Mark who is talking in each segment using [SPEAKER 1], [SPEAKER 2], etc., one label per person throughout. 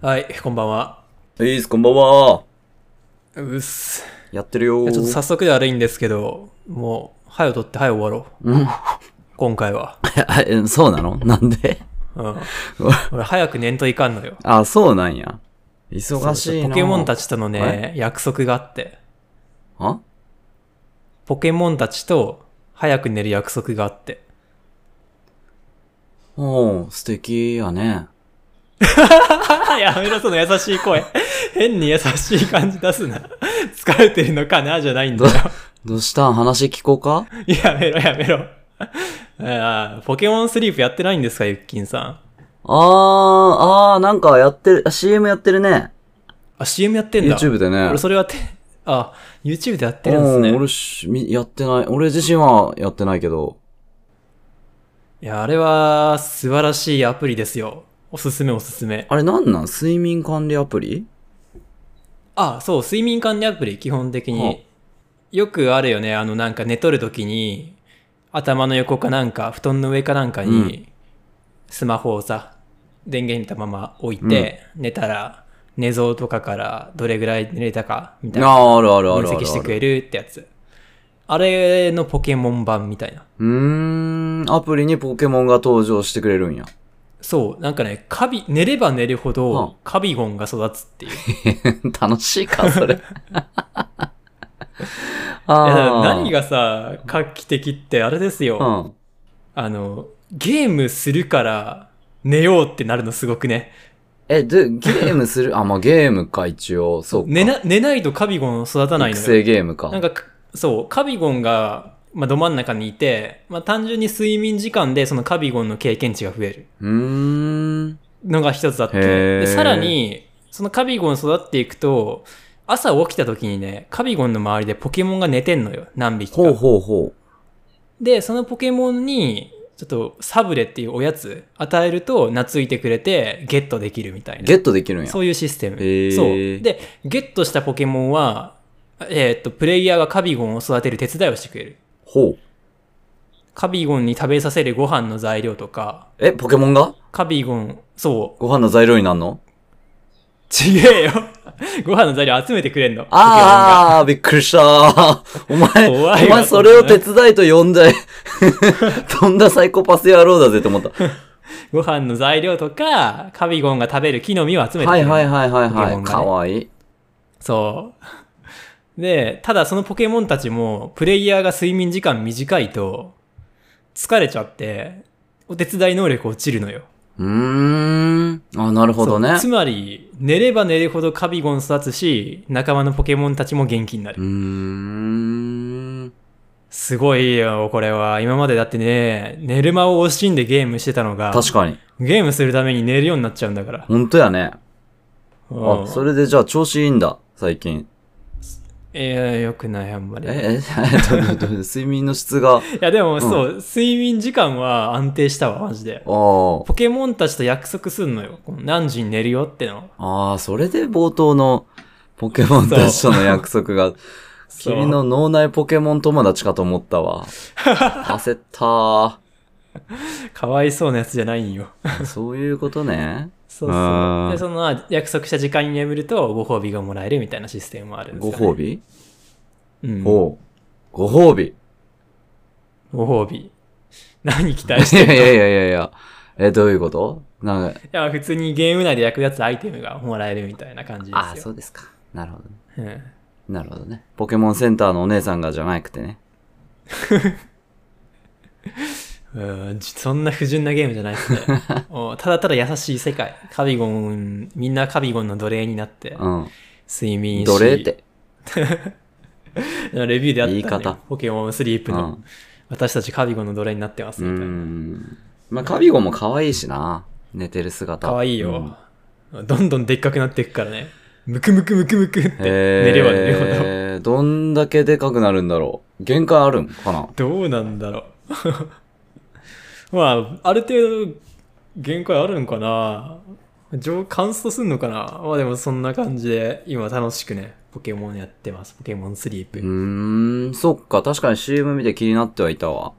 [SPEAKER 1] はい、こんばんは。
[SPEAKER 2] えいっす、こんばんは。
[SPEAKER 1] うっす。
[SPEAKER 2] やってるよ
[SPEAKER 1] い
[SPEAKER 2] ー。
[SPEAKER 1] やちょっと早速で悪いんですけど、もう、早を取って早を終わろう。今回は。
[SPEAKER 2] えそうなのなんで
[SPEAKER 1] うん。俺、早く念といかんのよ。
[SPEAKER 2] あ、そうなんや。忙しいな。
[SPEAKER 1] ポケモンた
[SPEAKER 2] ち。
[SPEAKER 1] ちとのね
[SPEAKER 2] え、
[SPEAKER 1] 約束があって。
[SPEAKER 2] あ
[SPEAKER 1] ポケモンたちと早く寝る約束があって。
[SPEAKER 2] おー、素敵やね。
[SPEAKER 1] やめろ、その優しい声。 変に優しい感じ出すな。疲れてるのかなじゃないんだよ。
[SPEAKER 2] どうしたん話聞こうか
[SPEAKER 1] やめろ、やめろ。あーポケモンスリープやってないんですか、ゆっきんさん。
[SPEAKER 2] あー、あー、なんかやってる、あ CM やってるね。
[SPEAKER 1] あ、CM やってんだ。
[SPEAKER 2] YouTube でね。
[SPEAKER 1] 俺それはて、あ、YouTube でやってるんです
[SPEAKER 2] うん、
[SPEAKER 1] ね。
[SPEAKER 2] 俺し、み、やってない。俺自身はやってないけど。
[SPEAKER 1] いや、あれは素晴らしいアプリですよ。おすすめおすすめ。
[SPEAKER 2] あれなんなん睡眠管理アプリ
[SPEAKER 1] あ、そう、睡眠管理アプリ、基本的
[SPEAKER 2] はあ
[SPEAKER 1] に。よくあるよね、あの、なんか寝とるときに、頭の横かなんか、布団の上かなんか
[SPEAKER 2] う
[SPEAKER 1] に、スマホをさ、電源入れたまま置いて、寝たら、寝相とかからどれぐらい寝れたか、み
[SPEAKER 2] あ
[SPEAKER 1] たいな。
[SPEAKER 2] ー、あるあるあ
[SPEAKER 1] 分
[SPEAKER 2] るある
[SPEAKER 1] 析
[SPEAKER 2] ある
[SPEAKER 1] してくれるってやつ。あれのポケモン版みたいな。
[SPEAKER 2] うーん、アプリにポケモンが登場してくれるんや。
[SPEAKER 1] そう、なんかね、カビ、寝れば寝るほ
[SPEAKER 2] はあ
[SPEAKER 1] ど、カビゴンが育つっていう。い
[SPEAKER 2] 楽しいか、それ。
[SPEAKER 1] やだか
[SPEAKER 2] あ
[SPEAKER 1] ら
[SPEAKER 2] あ。
[SPEAKER 1] 何がさ、画期的ってあれですよ。
[SPEAKER 2] うん。
[SPEAKER 1] あの、ゲームするから寝ようってなるのすごくね。
[SPEAKER 2] え、で、ゲームするあ、まあ、ゲームか、一応。そうか。
[SPEAKER 1] 寝な、寝ないとカビゴン育たない
[SPEAKER 2] 育
[SPEAKER 1] のよ。
[SPEAKER 2] 成ゲームか。
[SPEAKER 1] なんか、かそう、カビゴンが、まあ、ど真ん中にいて、まあ、単純に睡眠時間でそのカビゴンの経験値が増える
[SPEAKER 2] うーん。
[SPEAKER 1] のが一つだって。
[SPEAKER 2] へー
[SPEAKER 1] でさらに、そのカビゴン育っていくと、朝起きた時にね、カビゴンの周りでポケモンが寝てんのよ。何匹か。
[SPEAKER 2] ほうほうほ。
[SPEAKER 1] で、そのポケモンに、ちょっとサブレっていうおやつ与えると懐いてくれてゲットできるみたいうな。
[SPEAKER 2] ゲットできるんや。
[SPEAKER 1] そういうシステム。
[SPEAKER 2] へー
[SPEAKER 1] そう。で、ゲットしたポケモンは、えーっと、プレイヤーがカビゴンを育てる手伝いをしてくれる。
[SPEAKER 2] ほう。
[SPEAKER 1] カビゴンに食べさせるご飯の材料とか、
[SPEAKER 2] え、ポケモンが
[SPEAKER 1] カビゴン、そ
[SPEAKER 2] ご飯の材料になるの
[SPEAKER 1] う。ちげえよ。 ご飯の材料集めてくれんの。
[SPEAKER 2] ああ、びっくりしたー。お
[SPEAKER 1] 怖い
[SPEAKER 2] 前、
[SPEAKER 1] わ
[SPEAKER 2] お前それを手伝い と呼んじゃえ。とんだサイコパス野郎だぜっ て思った。
[SPEAKER 1] ポケモンが。ご飯の材料とか、カビゴンが食べる木の実を集めてくれる。
[SPEAKER 2] はいはいはいはい
[SPEAKER 1] ポケモンが
[SPEAKER 2] はい。
[SPEAKER 1] ね
[SPEAKER 2] かわいい。
[SPEAKER 1] そう。で、ただそのポケモンたちも、プレイヤーが睡眠時間短いと、疲れちゃって、お手伝い能力落ちるのよ。
[SPEAKER 2] うーん。あ、なるほど
[SPEAKER 1] そう
[SPEAKER 2] ね
[SPEAKER 1] つ。まり、寝れば寝るほどカビゴン育つし、仲間のポケモンたちも元気にな
[SPEAKER 2] う
[SPEAKER 1] る。
[SPEAKER 2] ーん。
[SPEAKER 1] すごいよ、これは。今までだってね、寝る間を惜しんでゲームしてたのが、
[SPEAKER 2] 確かに。
[SPEAKER 1] ゲームするために寝るようになっちゃうんだから。
[SPEAKER 2] 本当やね。
[SPEAKER 1] う
[SPEAKER 2] あ、
[SPEAKER 1] ん
[SPEAKER 2] それでじゃあ調子いいんだ、最近。
[SPEAKER 1] いや、よくない、あんまり。
[SPEAKER 2] え、え、どういうこと睡眠の質が。あ
[SPEAKER 1] いや、でも、そう、睡眠時間は安定したわ、マジで。
[SPEAKER 2] あ。
[SPEAKER 1] ポケモンたちと約束すんのよ。この何時に寝るよっての。
[SPEAKER 2] ああ、それで冒頭のポケモンたちとの約束が、
[SPEAKER 1] そう
[SPEAKER 2] 君の脳内ポケモン友達かと思ったわ。焦ったー。
[SPEAKER 1] かわいそうなやつじゃないんよ。
[SPEAKER 2] そういうことね。
[SPEAKER 1] そうそ
[SPEAKER 2] あ
[SPEAKER 1] う。
[SPEAKER 2] ー
[SPEAKER 1] で、その約束した時間に眠るとご褒美がもらえるみたいなシステムもあるんです
[SPEAKER 2] ご
[SPEAKER 1] よ、ね。
[SPEAKER 2] 褒美
[SPEAKER 1] うん。ご
[SPEAKER 2] ほう。ご褒美。
[SPEAKER 1] 褒美。何期待し
[SPEAKER 2] いや
[SPEAKER 1] て
[SPEAKER 2] い
[SPEAKER 1] るのい
[SPEAKER 2] やいやいやいや。え、どういうことなんか、
[SPEAKER 1] や、普通にゲーム内で役立つアイテムがもらえるみたいな感じですよ。
[SPEAKER 2] ああ、そうですか。なるほどね。
[SPEAKER 1] うん。
[SPEAKER 2] なるほどね。ポケモンセンターのお姉さんがじゃなくてね。
[SPEAKER 1] うん、じそんな不純なゲームじゃないですね。 おただただ優しい世界。カビゴン、みんなカビゴンの奴隷になって、
[SPEAKER 2] うん。
[SPEAKER 1] 睡眠し
[SPEAKER 2] 奴隷っ。て。
[SPEAKER 1] レビューであった、ね、
[SPEAKER 2] 言い方
[SPEAKER 1] ポケモンスリープ
[SPEAKER 2] う
[SPEAKER 1] の、
[SPEAKER 2] ん。
[SPEAKER 1] 私たちカビゴンの奴隷になってます
[SPEAKER 2] う
[SPEAKER 1] みたいな。
[SPEAKER 2] ん。まあ、カビゴも可愛いしな。寝てる姿。
[SPEAKER 1] かわいい
[SPEAKER 2] うん
[SPEAKER 1] よ、どんどんでっかくなっていくからね。ムクムクムクムクって寝
[SPEAKER 2] へー
[SPEAKER 1] れば寝るほど。
[SPEAKER 2] どんだけでかくなるんだろう。限界あるんかな
[SPEAKER 1] どうなんだろう。 まあ、ある程度限界あるんかな。上、カンストすんのかな。まあでもそんな感じで、今楽しくね、ポケモンやってます。ポケモンスリープ。
[SPEAKER 2] うーん、そっか。確かに CM 見て気になってはいたわ。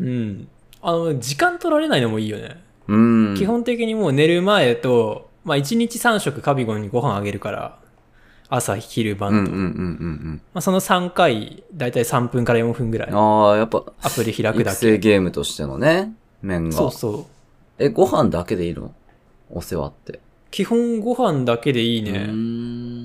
[SPEAKER 1] うん。あの、時間取られないのもいいよね。
[SPEAKER 2] うーん。
[SPEAKER 1] 基本的にもう寝る前とまあ1日3食カビゴンにご飯あげるから、朝、昼、晩
[SPEAKER 2] うんうん
[SPEAKER 1] と。
[SPEAKER 2] うん
[SPEAKER 1] ま
[SPEAKER 2] うん
[SPEAKER 1] あその3回、だいたい3分から4分ぐら
[SPEAKER 2] う
[SPEAKER 1] い
[SPEAKER 2] ん。、ああ、やっぱ、
[SPEAKER 1] アプリ開く
[SPEAKER 2] 育
[SPEAKER 1] だけ。
[SPEAKER 2] 成ゲームとしてのね、面が。
[SPEAKER 1] そうそう。
[SPEAKER 2] え、ご飯だけでいいのお世話って。
[SPEAKER 1] 基本ご飯だけでいいう
[SPEAKER 2] ー
[SPEAKER 1] ね。
[SPEAKER 2] ん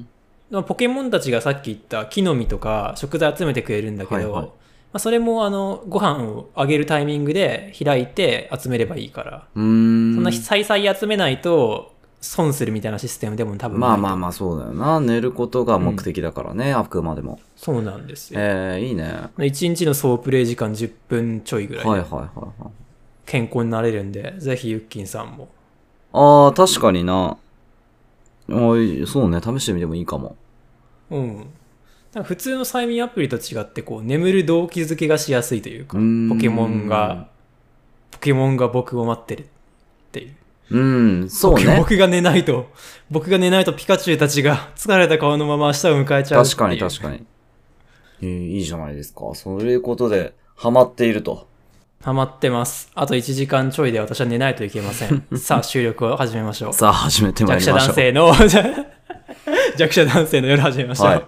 [SPEAKER 1] まあポケモンたちがさっき言った木の実とか食材集めてくれるんだけど、
[SPEAKER 2] はいはい
[SPEAKER 1] まあ、それもあのご飯をあげるタイミングで開いて集めればいいから、
[SPEAKER 2] うーん。
[SPEAKER 1] そんな再々集めないと損するみたいなシステムでも多分ない
[SPEAKER 2] まあまあまあそうだよな。寝ることが目的だからね、あくまでも。
[SPEAKER 1] そうなんですよ。
[SPEAKER 2] ええいいね。は
[SPEAKER 1] 1日の総プレイ時間10分ちょいぐ
[SPEAKER 2] い
[SPEAKER 1] らい
[SPEAKER 2] はいはい
[SPEAKER 1] で
[SPEAKER 2] はい。
[SPEAKER 1] 健康になれるんで、ぜひユッキンさんも。
[SPEAKER 2] ああ、確かにな。おい、そうね、試してみてもいいかも。
[SPEAKER 1] うん。なんか普通の催眠アプリと違ってこう眠る動機づけがしやすいというか、
[SPEAKER 2] うーん
[SPEAKER 1] ポケモンが、ポケモンが僕を待ってるっていう。
[SPEAKER 2] うん、そう
[SPEAKER 1] 僕
[SPEAKER 2] ね。
[SPEAKER 1] 僕が寝ないと、僕が寝ないとピカチュウたちが 疲れた顔のまま明日を迎えちゃうってい
[SPEAKER 2] 確
[SPEAKER 1] う。
[SPEAKER 2] かに確かに。えーいいじゃないですか。そういうことで、ハマっていると。
[SPEAKER 1] ハマってます。あと1時間ちょいで私は寝ないといけませ ん。さあ、収録を始めましょう。
[SPEAKER 2] さあ、始めてまい
[SPEAKER 1] 弱
[SPEAKER 2] り
[SPEAKER 1] 者
[SPEAKER 2] まし
[SPEAKER 1] 男
[SPEAKER 2] ょう。
[SPEAKER 1] 性の、 弱者男性の夜始めましょう。
[SPEAKER 2] は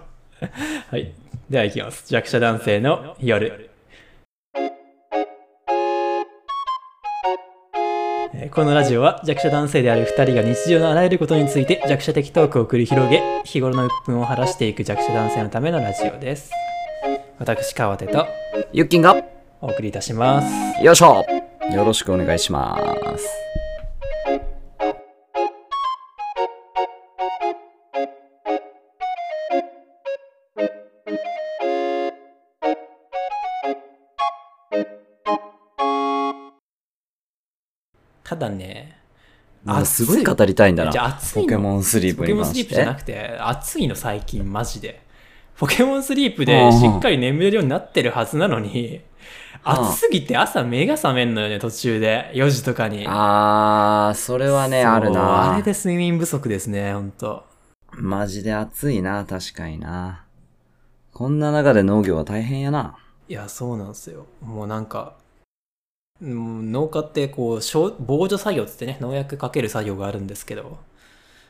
[SPEAKER 1] はいい。では行きます。弱者男性の夜。えーこのラジオは弱者男性である2人が日常のあらゆることについて弱者的トークを繰り広げ日頃の鬱憤を晴らしていく弱者男性のためのラジオです私川手と
[SPEAKER 2] ゆっきんが、
[SPEAKER 1] お送りいたします
[SPEAKER 2] よいしょよろしくお願いします。
[SPEAKER 1] ただね
[SPEAKER 2] あ、すごい
[SPEAKER 1] 暑
[SPEAKER 2] 語りたいんだな
[SPEAKER 1] じゃ。あ暑い
[SPEAKER 2] ポ
[SPEAKER 1] の
[SPEAKER 2] ケモンスリー
[SPEAKER 1] ポ
[SPEAKER 2] プ
[SPEAKER 1] ケ
[SPEAKER 2] に
[SPEAKER 1] モン
[SPEAKER 2] 関
[SPEAKER 1] スリー
[SPEAKER 2] し
[SPEAKER 1] プじゃな
[SPEAKER 2] て。
[SPEAKER 1] くて、暑いの最近、マジで。ポケモンスリープでしっかり眠れるようになってるはずなのに、
[SPEAKER 2] うん
[SPEAKER 1] 暑すぎて朝目が覚めんのよね、途中で。4時とかに。
[SPEAKER 2] あー、それはね、
[SPEAKER 1] そう
[SPEAKER 2] ある
[SPEAKER 1] あ
[SPEAKER 2] な
[SPEAKER 1] れ。で睡眠不足ですね、ほんと。
[SPEAKER 2] マジで暑いな、確かにな。こんな中で農業は大変やな。
[SPEAKER 1] いや、そうなんですよ。もうなんか、うん農家ってこう、消防除作業っつってね、農薬かける作業があるんですけど、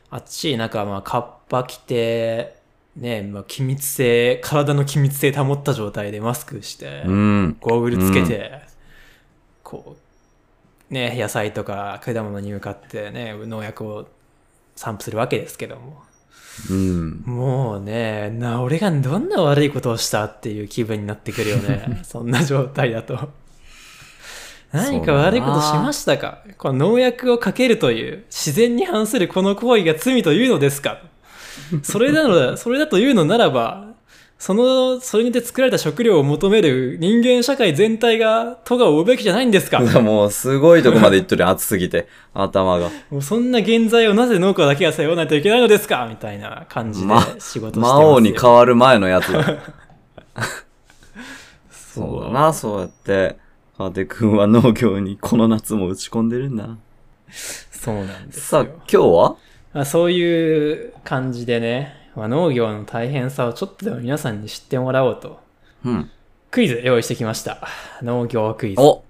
[SPEAKER 1] あっち、なんかまあ、カッパ着て、ね、まあ、気密性、体の気密性保った状態でマスクして、
[SPEAKER 2] うん。
[SPEAKER 1] ゴーグルつけて、こう、ね、野菜とか果物に向かってね、農薬を散布するわけですけども。
[SPEAKER 2] うん。
[SPEAKER 1] もうね、な、俺がどんな悪いことをしたっていう気分になってくるよ ね。そんな状態だと。何か悪いことしましたかこの農薬をかけるという自然に反するこの行為が罪というのですかそれなの それだというのならば、その、それにて作られた食料を求める人間社会全体が咎を負うべきじゃないん ですか
[SPEAKER 2] うわ もう、すごいとこまで行っとる、暑すぎて。頭が。
[SPEAKER 1] もうそんな原罪をなぜ農家だけが背負わないといけないのですかみたいな感じで
[SPEAKER 2] ま
[SPEAKER 1] 仕事してますよ、
[SPEAKER 2] 魔王に変わる前のや つだ。そうだな、そうやって。カーテ君は農業にこの夏も打ち込んでるんだな。
[SPEAKER 1] そうなんです
[SPEAKER 2] さあ、
[SPEAKER 1] よ。
[SPEAKER 2] 今日は
[SPEAKER 1] まあ、そういう感じでね、まあ、農業の大変さをちょっとでも皆さんに知ってもらおうと、
[SPEAKER 2] うん。
[SPEAKER 1] クイズ用意してきました。農業クイズ。
[SPEAKER 2] お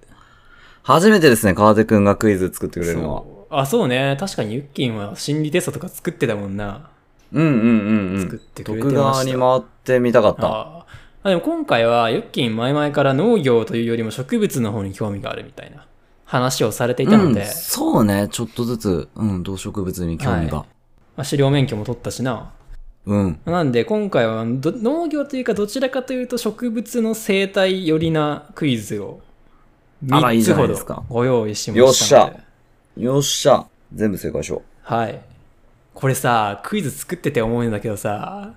[SPEAKER 2] 初めてですね、カーテ君がクイズ作ってくれるのは。
[SPEAKER 1] そうあ、そうね。確かにユッキンは心理テストとか作ってたもんな。
[SPEAKER 2] うんうんうんうん。
[SPEAKER 1] 作ってくれてま
[SPEAKER 2] 徳
[SPEAKER 1] した
[SPEAKER 2] 川に回ってみたかった。
[SPEAKER 1] ああでも今回はユッキン前々から農業というよりも植物の方に興味があるみたいな話をされていたので、
[SPEAKER 2] うん、そうね、ちょっとずつ、うん、動植物に興味が。
[SPEAKER 1] はまあ、狩猟免許も取ったしな。
[SPEAKER 2] うん。
[SPEAKER 1] なんで今回はど農業というかどちらかというと植物の生態寄りなクイズを
[SPEAKER 2] あらいい
[SPEAKER 1] 3
[SPEAKER 2] じ
[SPEAKER 1] つ
[SPEAKER 2] ゃな
[SPEAKER 1] ほ
[SPEAKER 2] いですか
[SPEAKER 1] どご用意しましたので
[SPEAKER 2] よっしゃよっしゃ。全部正解しよ
[SPEAKER 1] はい。これさ、クイズ作ってて思うんだけどさ、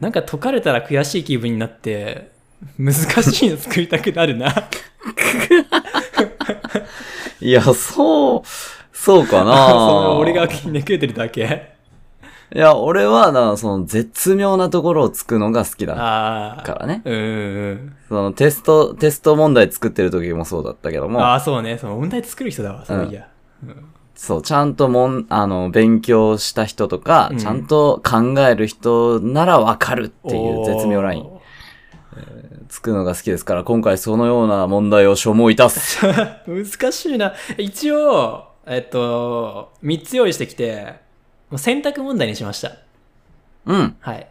[SPEAKER 1] なんか解かれたら悔しい気分になって、難しいの作りたくなるな。
[SPEAKER 2] う。いや、そう、 そうか
[SPEAKER 1] そ
[SPEAKER 2] な
[SPEAKER 1] の俺がひねくれてるだけ。
[SPEAKER 2] いや、俺はな、その、絶妙なところをつくのが好きだ
[SPEAKER 1] あ
[SPEAKER 2] か
[SPEAKER 1] あ。
[SPEAKER 2] らね。
[SPEAKER 1] うんうん
[SPEAKER 2] その、テスト、テスト問題作ってる時もそうだったけど
[SPEAKER 1] うん。
[SPEAKER 2] も、
[SPEAKER 1] ああ、そうね。その問題作る人だわ、そういや。
[SPEAKER 2] そう、ちゃんともん、あの、勉強した人とか、
[SPEAKER 1] うん
[SPEAKER 2] ちゃんと考える人ならわかるっていう
[SPEAKER 1] おー
[SPEAKER 2] 絶妙ライン。つくのが好きですから、今回そのような問題を所望いたす。
[SPEAKER 1] 難しいな。一応、えっと、3つ用意してきて、もう選択問題にしました。
[SPEAKER 2] うん。
[SPEAKER 1] はい。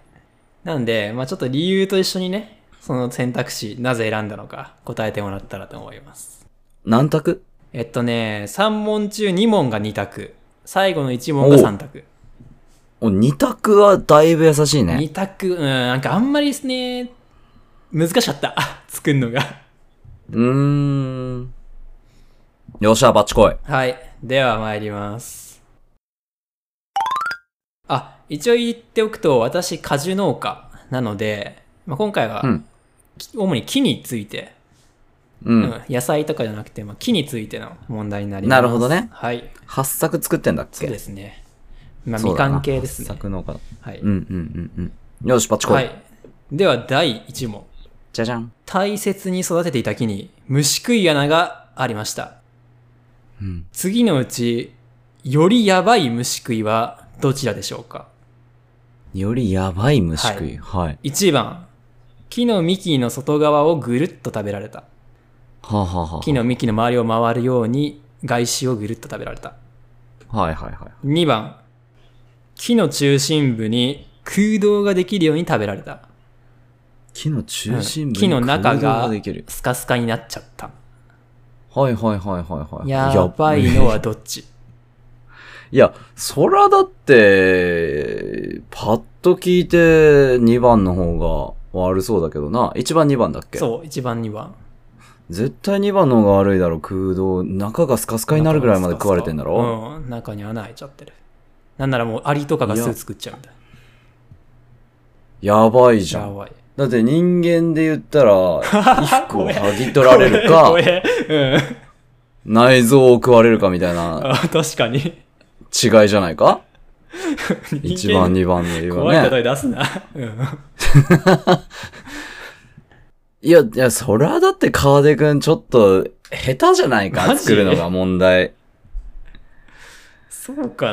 [SPEAKER 1] なんで、まあちょっと理由と一緒にね、その選択肢、なぜ選んだのか答えてもらったらと思います。
[SPEAKER 2] 何択
[SPEAKER 1] えっとね、3問中2問が2択。最後の1問が3択。
[SPEAKER 2] お、二択はだいぶ優しいね。
[SPEAKER 1] 2択、うん、なんかあんまりですね、難しかった。 作るのが。
[SPEAKER 2] うーん。よっしゃ、バッチ来い。
[SPEAKER 1] はい。では参ります。あ、一応言っておくと、私、果樹農家なので、まあ、今回は、
[SPEAKER 2] うん
[SPEAKER 1] き主に木について、
[SPEAKER 2] う。
[SPEAKER 1] うんん、野菜とかじゃなくて、まあ、木についての問題になります。
[SPEAKER 2] なるほどね
[SPEAKER 1] はい。
[SPEAKER 2] 八作作ってんだっけ
[SPEAKER 1] そうですね。まあ、
[SPEAKER 2] そ
[SPEAKER 1] み
[SPEAKER 2] うだ
[SPEAKER 1] か
[SPEAKER 2] なん
[SPEAKER 1] 系です
[SPEAKER 2] 八
[SPEAKER 1] ね。
[SPEAKER 2] 作農家だ。
[SPEAKER 1] はい。
[SPEAKER 2] うんうんうんうん。よし、バッチ来い。
[SPEAKER 1] はい。では、第1問。
[SPEAKER 2] じゃじゃん。
[SPEAKER 1] 大切に育てていた木に虫食い穴がありました。
[SPEAKER 2] うん。
[SPEAKER 1] 次のうち、よりやばい虫食いはどちらでしょうか
[SPEAKER 2] よりやばい虫食い。はい。
[SPEAKER 1] 1番木の幹の外側をぐるっと食べられた
[SPEAKER 2] はあ、はあはあ
[SPEAKER 1] 木の幹の周りを回るように外周をぐるっと食べられた
[SPEAKER 2] はいはいはい。
[SPEAKER 1] 2番木の中心部に空洞ができるように食べられた
[SPEAKER 2] 木の中心部に
[SPEAKER 1] 木の中
[SPEAKER 2] 空洞
[SPEAKER 1] が
[SPEAKER 2] できる。
[SPEAKER 1] スカスカになっちゃった
[SPEAKER 2] はいはいはいはいはい。
[SPEAKER 1] やばいのはどっち
[SPEAKER 2] いや、そらだって、パッと聞いて2番の方が悪そうだけどな。1番2番だっけ
[SPEAKER 1] そう1番2番
[SPEAKER 2] 絶対2番の方が悪いだろ、空洞。中がスカスカになるぐらいまで食われてんだろ、
[SPEAKER 1] うん中に穴開いちゃってるなんならもうアリとかが巣作っちゃうみたい
[SPEAKER 2] やばいじゃ
[SPEAKER 1] や
[SPEAKER 2] ん。
[SPEAKER 1] ばい
[SPEAKER 2] だって人間で言った ら、衣服を剥ぎ取られるか
[SPEAKER 1] 怖、え怖えうん
[SPEAKER 2] 内臓を食われるかみたいな
[SPEAKER 1] あ確かに
[SPEAKER 2] 違いじゃないか
[SPEAKER 1] 人
[SPEAKER 2] ?1
[SPEAKER 1] 間
[SPEAKER 2] 番2番で言う
[SPEAKER 1] 怖い
[SPEAKER 2] ね。
[SPEAKER 1] 答え出すな。うん。
[SPEAKER 2] いや、いや、そりゃだって川出くんちょっと下手じゃない
[SPEAKER 1] マ
[SPEAKER 2] か
[SPEAKER 1] ジ
[SPEAKER 2] 作るのが問題。
[SPEAKER 1] そうか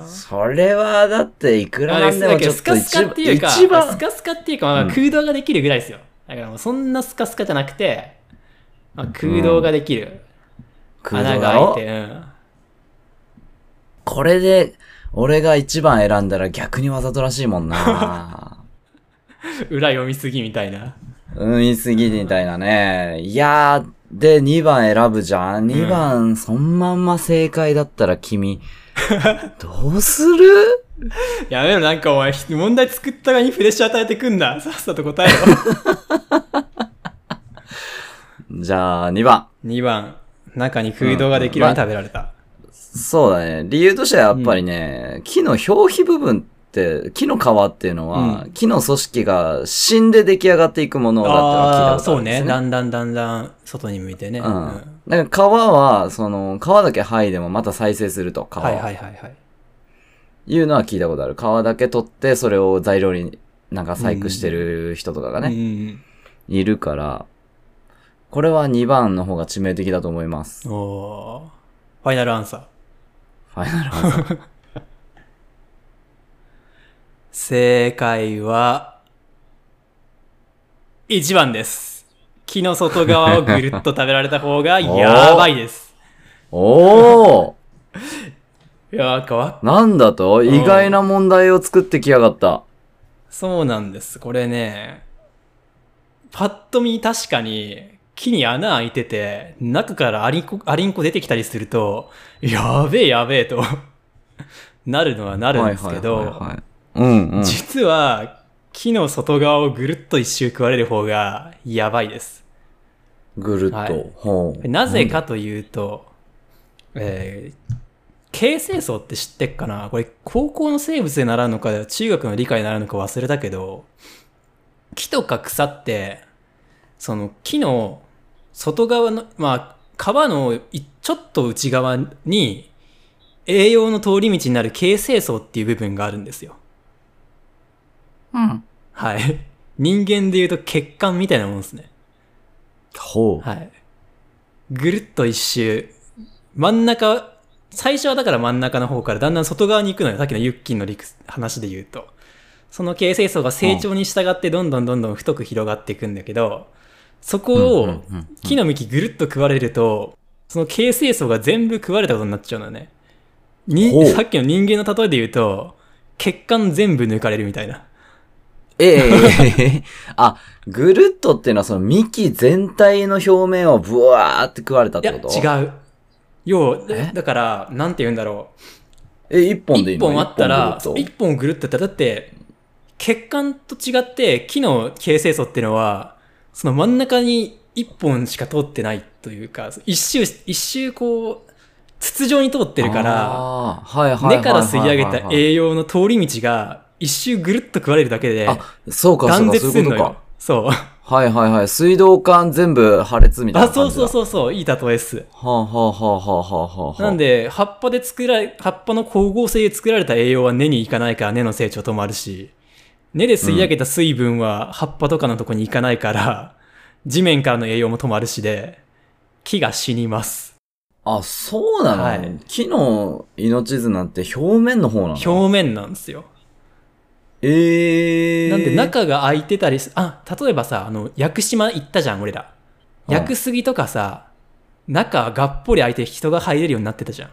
[SPEAKER 1] な。
[SPEAKER 2] それはだっていくらなんで
[SPEAKER 1] あ
[SPEAKER 2] も
[SPEAKER 1] れ
[SPEAKER 2] ちょっ
[SPEAKER 1] ス
[SPEAKER 2] と
[SPEAKER 1] カス
[SPEAKER 2] 一
[SPEAKER 1] カっていうか、
[SPEAKER 2] 一
[SPEAKER 1] ス
[SPEAKER 2] 番、
[SPEAKER 1] カスカっていうか、まあ
[SPEAKER 2] うん
[SPEAKER 1] 空洞ができるぐらいですよ。だからもうそんなスカスカじゃなくて、まあ、空洞ができる。
[SPEAKER 2] 空
[SPEAKER 1] 穴
[SPEAKER 2] 洞だ
[SPEAKER 1] が
[SPEAKER 2] ろ
[SPEAKER 1] 開いて、うん。
[SPEAKER 2] これで俺が一番選んだら逆にわざとらしいも んな。
[SPEAKER 1] 裏読みすぎみたいな。
[SPEAKER 2] うん、言い過ぎみたいなね。いやー、で、2番選ぶじゃん ?2 番、そんまんま正解だったら君、どう する
[SPEAKER 1] やめろ、なんかお前、ひ問題作った側にプレッシャー与えてくんな。さっさと答え ろ。
[SPEAKER 2] じゃあ、2番。
[SPEAKER 1] 2番、中に空洞ができるように食べられた。
[SPEAKER 2] そうだね。理由としてはやっぱりね、木の表皮部分って、木の皮っていうのは、
[SPEAKER 1] う
[SPEAKER 2] 木の組織が死んで出来上がっていくものだっていうのは聞い
[SPEAKER 1] ああー、
[SPEAKER 2] たことあ
[SPEAKER 1] そ
[SPEAKER 2] る
[SPEAKER 1] うん
[SPEAKER 2] です
[SPEAKER 1] ね。
[SPEAKER 2] よ
[SPEAKER 1] だ
[SPEAKER 2] ね。
[SPEAKER 1] んだんだんだん外に向いてね。うんは
[SPEAKER 2] うん。だから皮は、その、皮だけ剥いでもまた再生すると、皮
[SPEAKER 1] い
[SPEAKER 2] は。
[SPEAKER 1] はいいはいはい。
[SPEAKER 2] いうのは聞いたことある。皮だけ取って、それを材料になんか細工してる人とかが
[SPEAKER 1] う
[SPEAKER 2] ね、
[SPEAKER 1] ん
[SPEAKER 2] いるから、これは2番の方が致命的だと思います。
[SPEAKER 1] おおーファイナルアンサー。
[SPEAKER 2] ファイナルアンサー。
[SPEAKER 1] 正解は、1番です。木の外側をぐるっと食べられた方 がやばいです。
[SPEAKER 2] おー
[SPEAKER 1] いやー、かわ
[SPEAKER 2] なんだと意外な問題を作ってきやがった。
[SPEAKER 1] そうなんです。これね、パッと見確かに木に穴開いてて、中からアリンコ、アリンコ出てきたりすると、やべえやべえと、 なるのはなるんですけ
[SPEAKER 2] はいはい
[SPEAKER 1] ど
[SPEAKER 2] はい、はいうんうん。
[SPEAKER 1] 実は木の外側をぐるっと一周食われる方がやばいです。
[SPEAKER 2] ぐるっと。
[SPEAKER 1] はい
[SPEAKER 2] ほう
[SPEAKER 1] なぜかというと、えー形成層って知ってっかなこれ高校の生物で習うのか中学の理科で習うのか忘れたけど木とか草ってその木の外側のまあ皮のいちょっと内側に栄養の通り道になる形成層っていう部分があるんですよ。
[SPEAKER 2] うん。
[SPEAKER 1] はい。人間で言うと血管みたいなもんですね。
[SPEAKER 2] ほう。
[SPEAKER 1] はい。ぐるっと一周。真ん中、最初はだから真ん中の方からだんだん外側に行くのよ。さっきのユッキンの理屈話で言うと。その形成層が成長に従ってどんどんどんどん太く広がっていくんだけど、そこ
[SPEAKER 2] うん
[SPEAKER 1] を
[SPEAKER 2] うんうんうん
[SPEAKER 1] 木の幹ぐるっと食われると、その形成層が全部食われたことになっちゃうのよね。
[SPEAKER 2] ほう
[SPEAKER 1] に、さっきの人間の例えで言うと、血管全部抜かれるみたいな。
[SPEAKER 2] ええええええあ、ぐるっとっていうのはその幹全体の表面をブワーって食われたっ
[SPEAKER 1] いや、
[SPEAKER 2] てことう。
[SPEAKER 1] 違う。要
[SPEAKER 2] え、
[SPEAKER 1] だから、なんて言うんだろ
[SPEAKER 2] え、一
[SPEAKER 1] う。
[SPEAKER 2] 本でいい
[SPEAKER 1] 一
[SPEAKER 2] の
[SPEAKER 1] 本あったら、
[SPEAKER 2] 一本ぐるっ
[SPEAKER 1] 一本ぐるっとやったら、だって、血管と違って、木の形成層っていうのは、その真ん中に一本しか通ってないというか、一周、一周こう、筒状に通って
[SPEAKER 2] と
[SPEAKER 1] るから、
[SPEAKER 2] あーはいはいはいはいはいはい。
[SPEAKER 1] 根から吸い上げた栄養の通り道が、一周ぐるっと食われるだけで、
[SPEAKER 2] あ、そうか、そ
[SPEAKER 1] 断
[SPEAKER 2] うか、そ
[SPEAKER 1] 絶
[SPEAKER 2] うい
[SPEAKER 1] す
[SPEAKER 2] うんこ
[SPEAKER 1] の
[SPEAKER 2] とか
[SPEAKER 1] よ。。そう。
[SPEAKER 2] はいはいはい。水道管全部破裂みたいな
[SPEAKER 1] あ、
[SPEAKER 2] 感じだ。
[SPEAKER 1] そうそう
[SPEAKER 2] う。
[SPEAKER 1] そうそう、いい例えっす。
[SPEAKER 2] はあ、はあはあはあはあはあ。
[SPEAKER 1] なんで、葉っぱで作られ、葉っぱの光合成で作られた栄養は根に行かないから根の成長止まるし、根で吸い上げた水分は葉っぱとかのとこに行かないから、地面からの栄養も止まるしで、木が死にます。
[SPEAKER 2] あ、そうなの、
[SPEAKER 1] はい
[SPEAKER 2] 木の命綱って表面の方なの
[SPEAKER 1] 表面なんですよ。
[SPEAKER 2] ええー。
[SPEAKER 1] なんで中が空いてたりす、あ、例えばさ、あの、屋久島行ったじゃん、俺ら。
[SPEAKER 2] うん
[SPEAKER 1] 屋久杉とかさ、中がっぽり空いて人が入れるようになってたじゃん。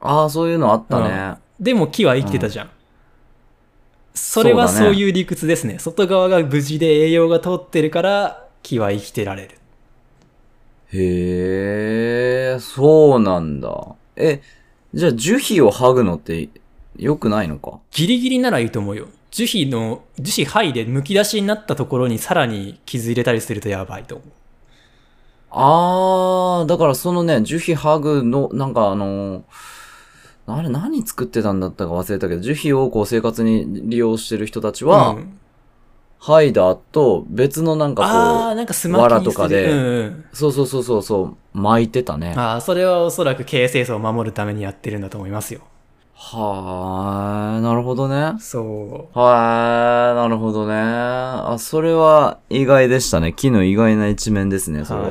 [SPEAKER 2] ああ、そういうのあったね。
[SPEAKER 1] でも木は生きてたじゃん。それは
[SPEAKER 2] そうだ
[SPEAKER 1] そ
[SPEAKER 2] ね
[SPEAKER 1] ういう理屈ですね。外側が無事で栄養が通ってるから、木は生きてられる。
[SPEAKER 2] へえ、そうなんだ。え、じゃあ樹皮を剥ぐのって良くないのか
[SPEAKER 1] ギリギリならいいと思うよ。樹皮の、樹皮剥いで剥き出しになったところにさらに傷入れたりするとやばいと思う。
[SPEAKER 2] あー、だからそのね、樹皮剥ぐの、なんかあのーあれ何作ってたんだったか忘れたけど、樹皮をこう生活に利用してる人たちは、
[SPEAKER 1] うん
[SPEAKER 2] ハイダーと別のなん
[SPEAKER 1] あ
[SPEAKER 2] か
[SPEAKER 1] ー、なんかスマッキ
[SPEAKER 2] 藁とかで
[SPEAKER 1] うんうん
[SPEAKER 2] こ。う、そうそうそうそうそう、巻いてたね。
[SPEAKER 1] ああ、それはおそらく形成層を守るためにやってるんだと思いますよ。
[SPEAKER 2] はー、なるほどね。
[SPEAKER 1] そう。
[SPEAKER 2] はー、なるほどね。あ、それは意外でしたね。木の意外な一面ですね、それ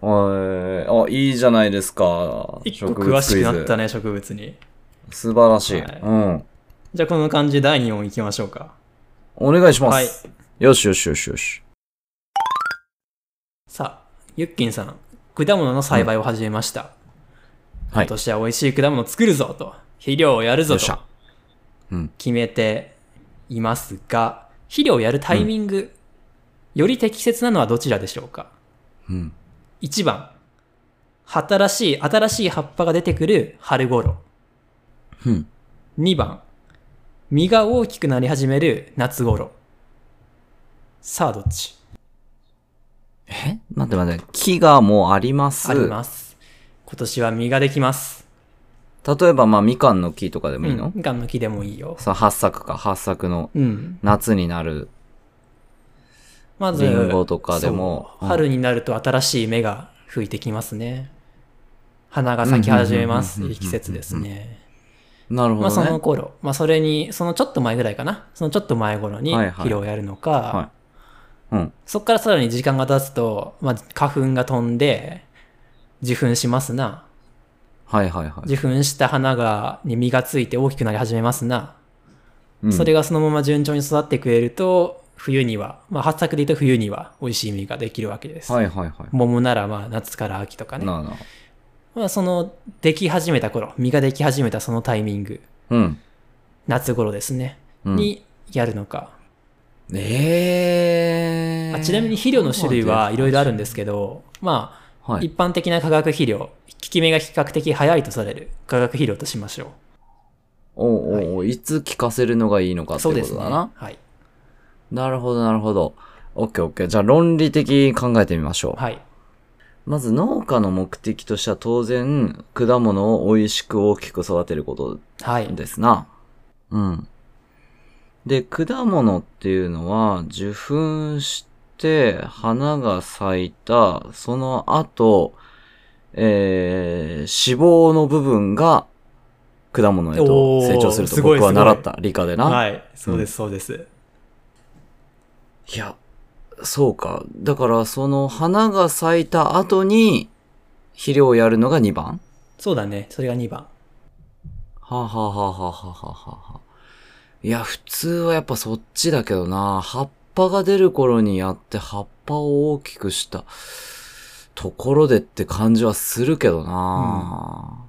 [SPEAKER 2] は。
[SPEAKER 1] はい。
[SPEAKER 2] はい。あ、いいじゃないですか。
[SPEAKER 1] 一個詳しくなった
[SPEAKER 2] ね。
[SPEAKER 1] ね、植物に。
[SPEAKER 2] 素晴らしい。
[SPEAKER 1] はい
[SPEAKER 2] うん。
[SPEAKER 1] じゃあこの感じで第2問いきましょうか。
[SPEAKER 2] お願いします。
[SPEAKER 1] はい
[SPEAKER 2] よしよしよしよし。
[SPEAKER 1] さあ、ゆっきんさん、果物の栽培を始めました。
[SPEAKER 2] は
[SPEAKER 1] 今
[SPEAKER 2] い
[SPEAKER 1] 年は美味しい果物を作るぞと、肥料をやるぞ
[SPEAKER 2] よっしゃ
[SPEAKER 1] と
[SPEAKER 2] うん
[SPEAKER 1] 決めていますが、肥料をやるタイミング、より適切なのはどちらでしょうか
[SPEAKER 2] うん。
[SPEAKER 1] ?1 番、新しい、新しい葉っぱが出てくる春頃。
[SPEAKER 2] うん。
[SPEAKER 1] 2番、実が大きくなり始める夏頃。さあ、どっち
[SPEAKER 2] え待って待って。木がもうあります。
[SPEAKER 1] あります。今年は実ができます。
[SPEAKER 2] 例えば、まあ、みかんの木とかでもいいの、
[SPEAKER 1] うん、ガンの木でもいいよ。
[SPEAKER 2] さあ、八作か。八作の
[SPEAKER 1] うん。
[SPEAKER 2] 夏になる。
[SPEAKER 1] まず、
[SPEAKER 2] リンゴとかでも
[SPEAKER 1] そう
[SPEAKER 2] うん
[SPEAKER 1] 春になると新しい芽が吹いてきますね。花が咲き始めます。
[SPEAKER 2] うんうん
[SPEAKER 1] い
[SPEAKER 2] うんうんうんうん
[SPEAKER 1] い季節ですね。
[SPEAKER 2] なるほ
[SPEAKER 1] まあ
[SPEAKER 2] ど
[SPEAKER 1] そ
[SPEAKER 2] ね。
[SPEAKER 1] の頃、まあそれに、そのちょっと前ぐらいかな。そのちょっと前頃に
[SPEAKER 2] はいはい
[SPEAKER 1] 肥料をやるのか、
[SPEAKER 2] はい。うん。
[SPEAKER 1] そこからさらに時間が経つと、まあ花粉が飛んで、受粉しますな。
[SPEAKER 2] はいはいはい。
[SPEAKER 1] 受粉した花が、に実がついて大きくなり始めますな。
[SPEAKER 2] うん
[SPEAKER 1] それがそのまま順調に育ってくれると、冬には、まあ、発作で言うと冬には美味しい実ができるわけです。
[SPEAKER 2] はいはいは
[SPEAKER 1] 桃ならまあ夏から秋とか
[SPEAKER 2] い。
[SPEAKER 1] ね。
[SPEAKER 2] なあなあ。
[SPEAKER 1] まあその、でき始めた頃、実ができ始めたそのタイミング、
[SPEAKER 2] うん。
[SPEAKER 1] 夏頃ですね、
[SPEAKER 2] うん
[SPEAKER 1] にやるのか。
[SPEAKER 2] ええー。
[SPEAKER 1] あちなみに肥料の種類はいろいろあるんですけど、まあ、
[SPEAKER 2] はい。
[SPEAKER 1] 一般的な化学肥料、効き目が比較的早いとされる化学肥料としましょ
[SPEAKER 2] おうおうおう、い、つ聞かせるのがいいのか
[SPEAKER 1] う。
[SPEAKER 2] って
[SPEAKER 1] そう
[SPEAKER 2] こ
[SPEAKER 1] です
[SPEAKER 2] と
[SPEAKER 1] ね。
[SPEAKER 2] だな。
[SPEAKER 1] はい。
[SPEAKER 2] なるほど、なるほど。オッケーオッケー。じゃあ論理的に考えてみましょう。
[SPEAKER 1] はい。
[SPEAKER 2] まず農家の目的としては当然、果物を美味しく大きく育てること
[SPEAKER 1] はい。
[SPEAKER 2] ですな。うん。で、果物っていうのは、受粉して、花が咲いた、その後、えー、脂肪の部分が、果物へと
[SPEAKER 1] おー
[SPEAKER 2] 成長すると
[SPEAKER 1] すごい
[SPEAKER 2] 僕は
[SPEAKER 1] すごい
[SPEAKER 2] 習った、理科でな。
[SPEAKER 1] はい。そうです、そうです。
[SPEAKER 2] いや、そうか。だから、その花が咲いた後に、肥料をやるのが2番
[SPEAKER 1] そうだね。それが2番。
[SPEAKER 2] はあ、はあはあはあはあはあはあ、いや、普通はやっぱそっちだけどな。葉っぱが出る頃にやって葉っぱを大きくしたところでって感じはするけどな。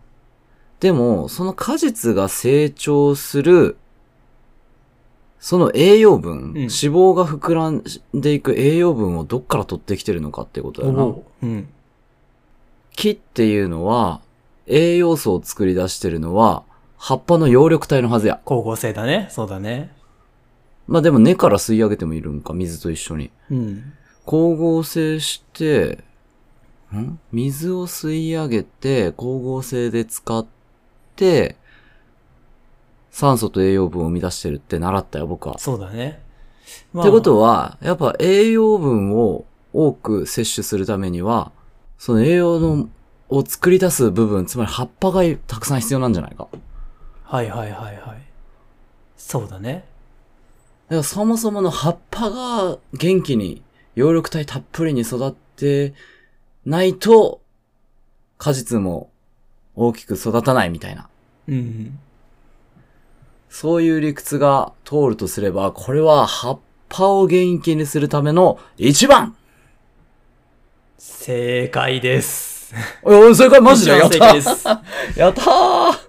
[SPEAKER 2] でも、その果実が成長する、その栄養分、
[SPEAKER 1] ん
[SPEAKER 2] 脂肪が膨らんでいく栄養分をどっから取ってきてるのかってことだな。
[SPEAKER 1] おううん。
[SPEAKER 2] 木っていうのは、栄養素を作り出してるのは、葉っぱの葉緑体のはずや。
[SPEAKER 1] 光合成だね。そうだね。
[SPEAKER 2] まあでも根から吸い上げてもいるんか、水と一緒に。
[SPEAKER 1] うん。
[SPEAKER 2] 光合成して、ん水を吸い上げて、光合成で使って、酸素と栄養分を生み出してるって習ったよ、僕は。
[SPEAKER 1] そうだね。まあ
[SPEAKER 2] ってことは、やっぱ栄養分を多く摂取するためには、その栄養の、を作り出す部分、つまり葉っぱがたくさん必要なんじゃないか。だか
[SPEAKER 1] はいはいはいはい。そうだね。
[SPEAKER 2] らそもそもの葉っぱが元気に、葉緑体たっぷりに育ってないと、果実も大きく育たないみたいな。
[SPEAKER 1] うん。
[SPEAKER 2] そういう理屈が通るとすれば、これは葉っぱを元気にするための一番
[SPEAKER 1] 正解です。
[SPEAKER 2] おい、それ からマジでやっ
[SPEAKER 1] 正
[SPEAKER 2] た
[SPEAKER 1] 解です。
[SPEAKER 2] やったー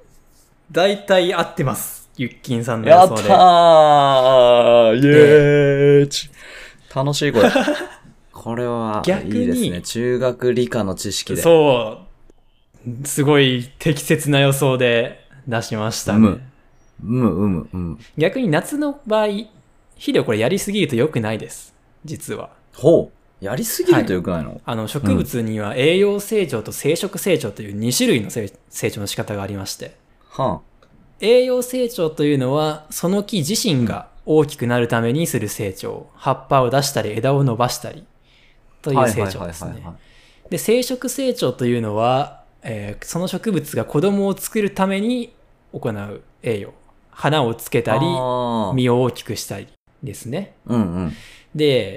[SPEAKER 1] 大体合ってます。ゆっきんさんの予
[SPEAKER 2] やった
[SPEAKER 1] 想で。
[SPEAKER 2] ーイエーイ楽しい、これ。 これは、
[SPEAKER 1] 逆
[SPEAKER 2] い
[SPEAKER 1] に
[SPEAKER 2] いですね。中学理科の知識で。
[SPEAKER 1] そう。すごい適切な予想で出しましたね。
[SPEAKER 2] むうむ、うむ、うん。
[SPEAKER 1] 逆に夏の場合、肥料これやりすぎると良くないです。実は。
[SPEAKER 2] ほう。やりすぎるとよくないの、
[SPEAKER 1] あの植物には栄養成長と生殖成長という2種類の成成長の仕方がありまして
[SPEAKER 2] は
[SPEAKER 1] 栄養成長というのはその木自身が大きくなるためにする成長葉っぱを出したり枝を伸ばしたりという
[SPEAKER 2] あ。
[SPEAKER 1] 成長ですねで生殖成長というのは、えーその植物が子供を作るために行う栄養花をつけたり
[SPEAKER 2] あー
[SPEAKER 1] 実を大きくしたりですね
[SPEAKER 2] うんうん。
[SPEAKER 1] で、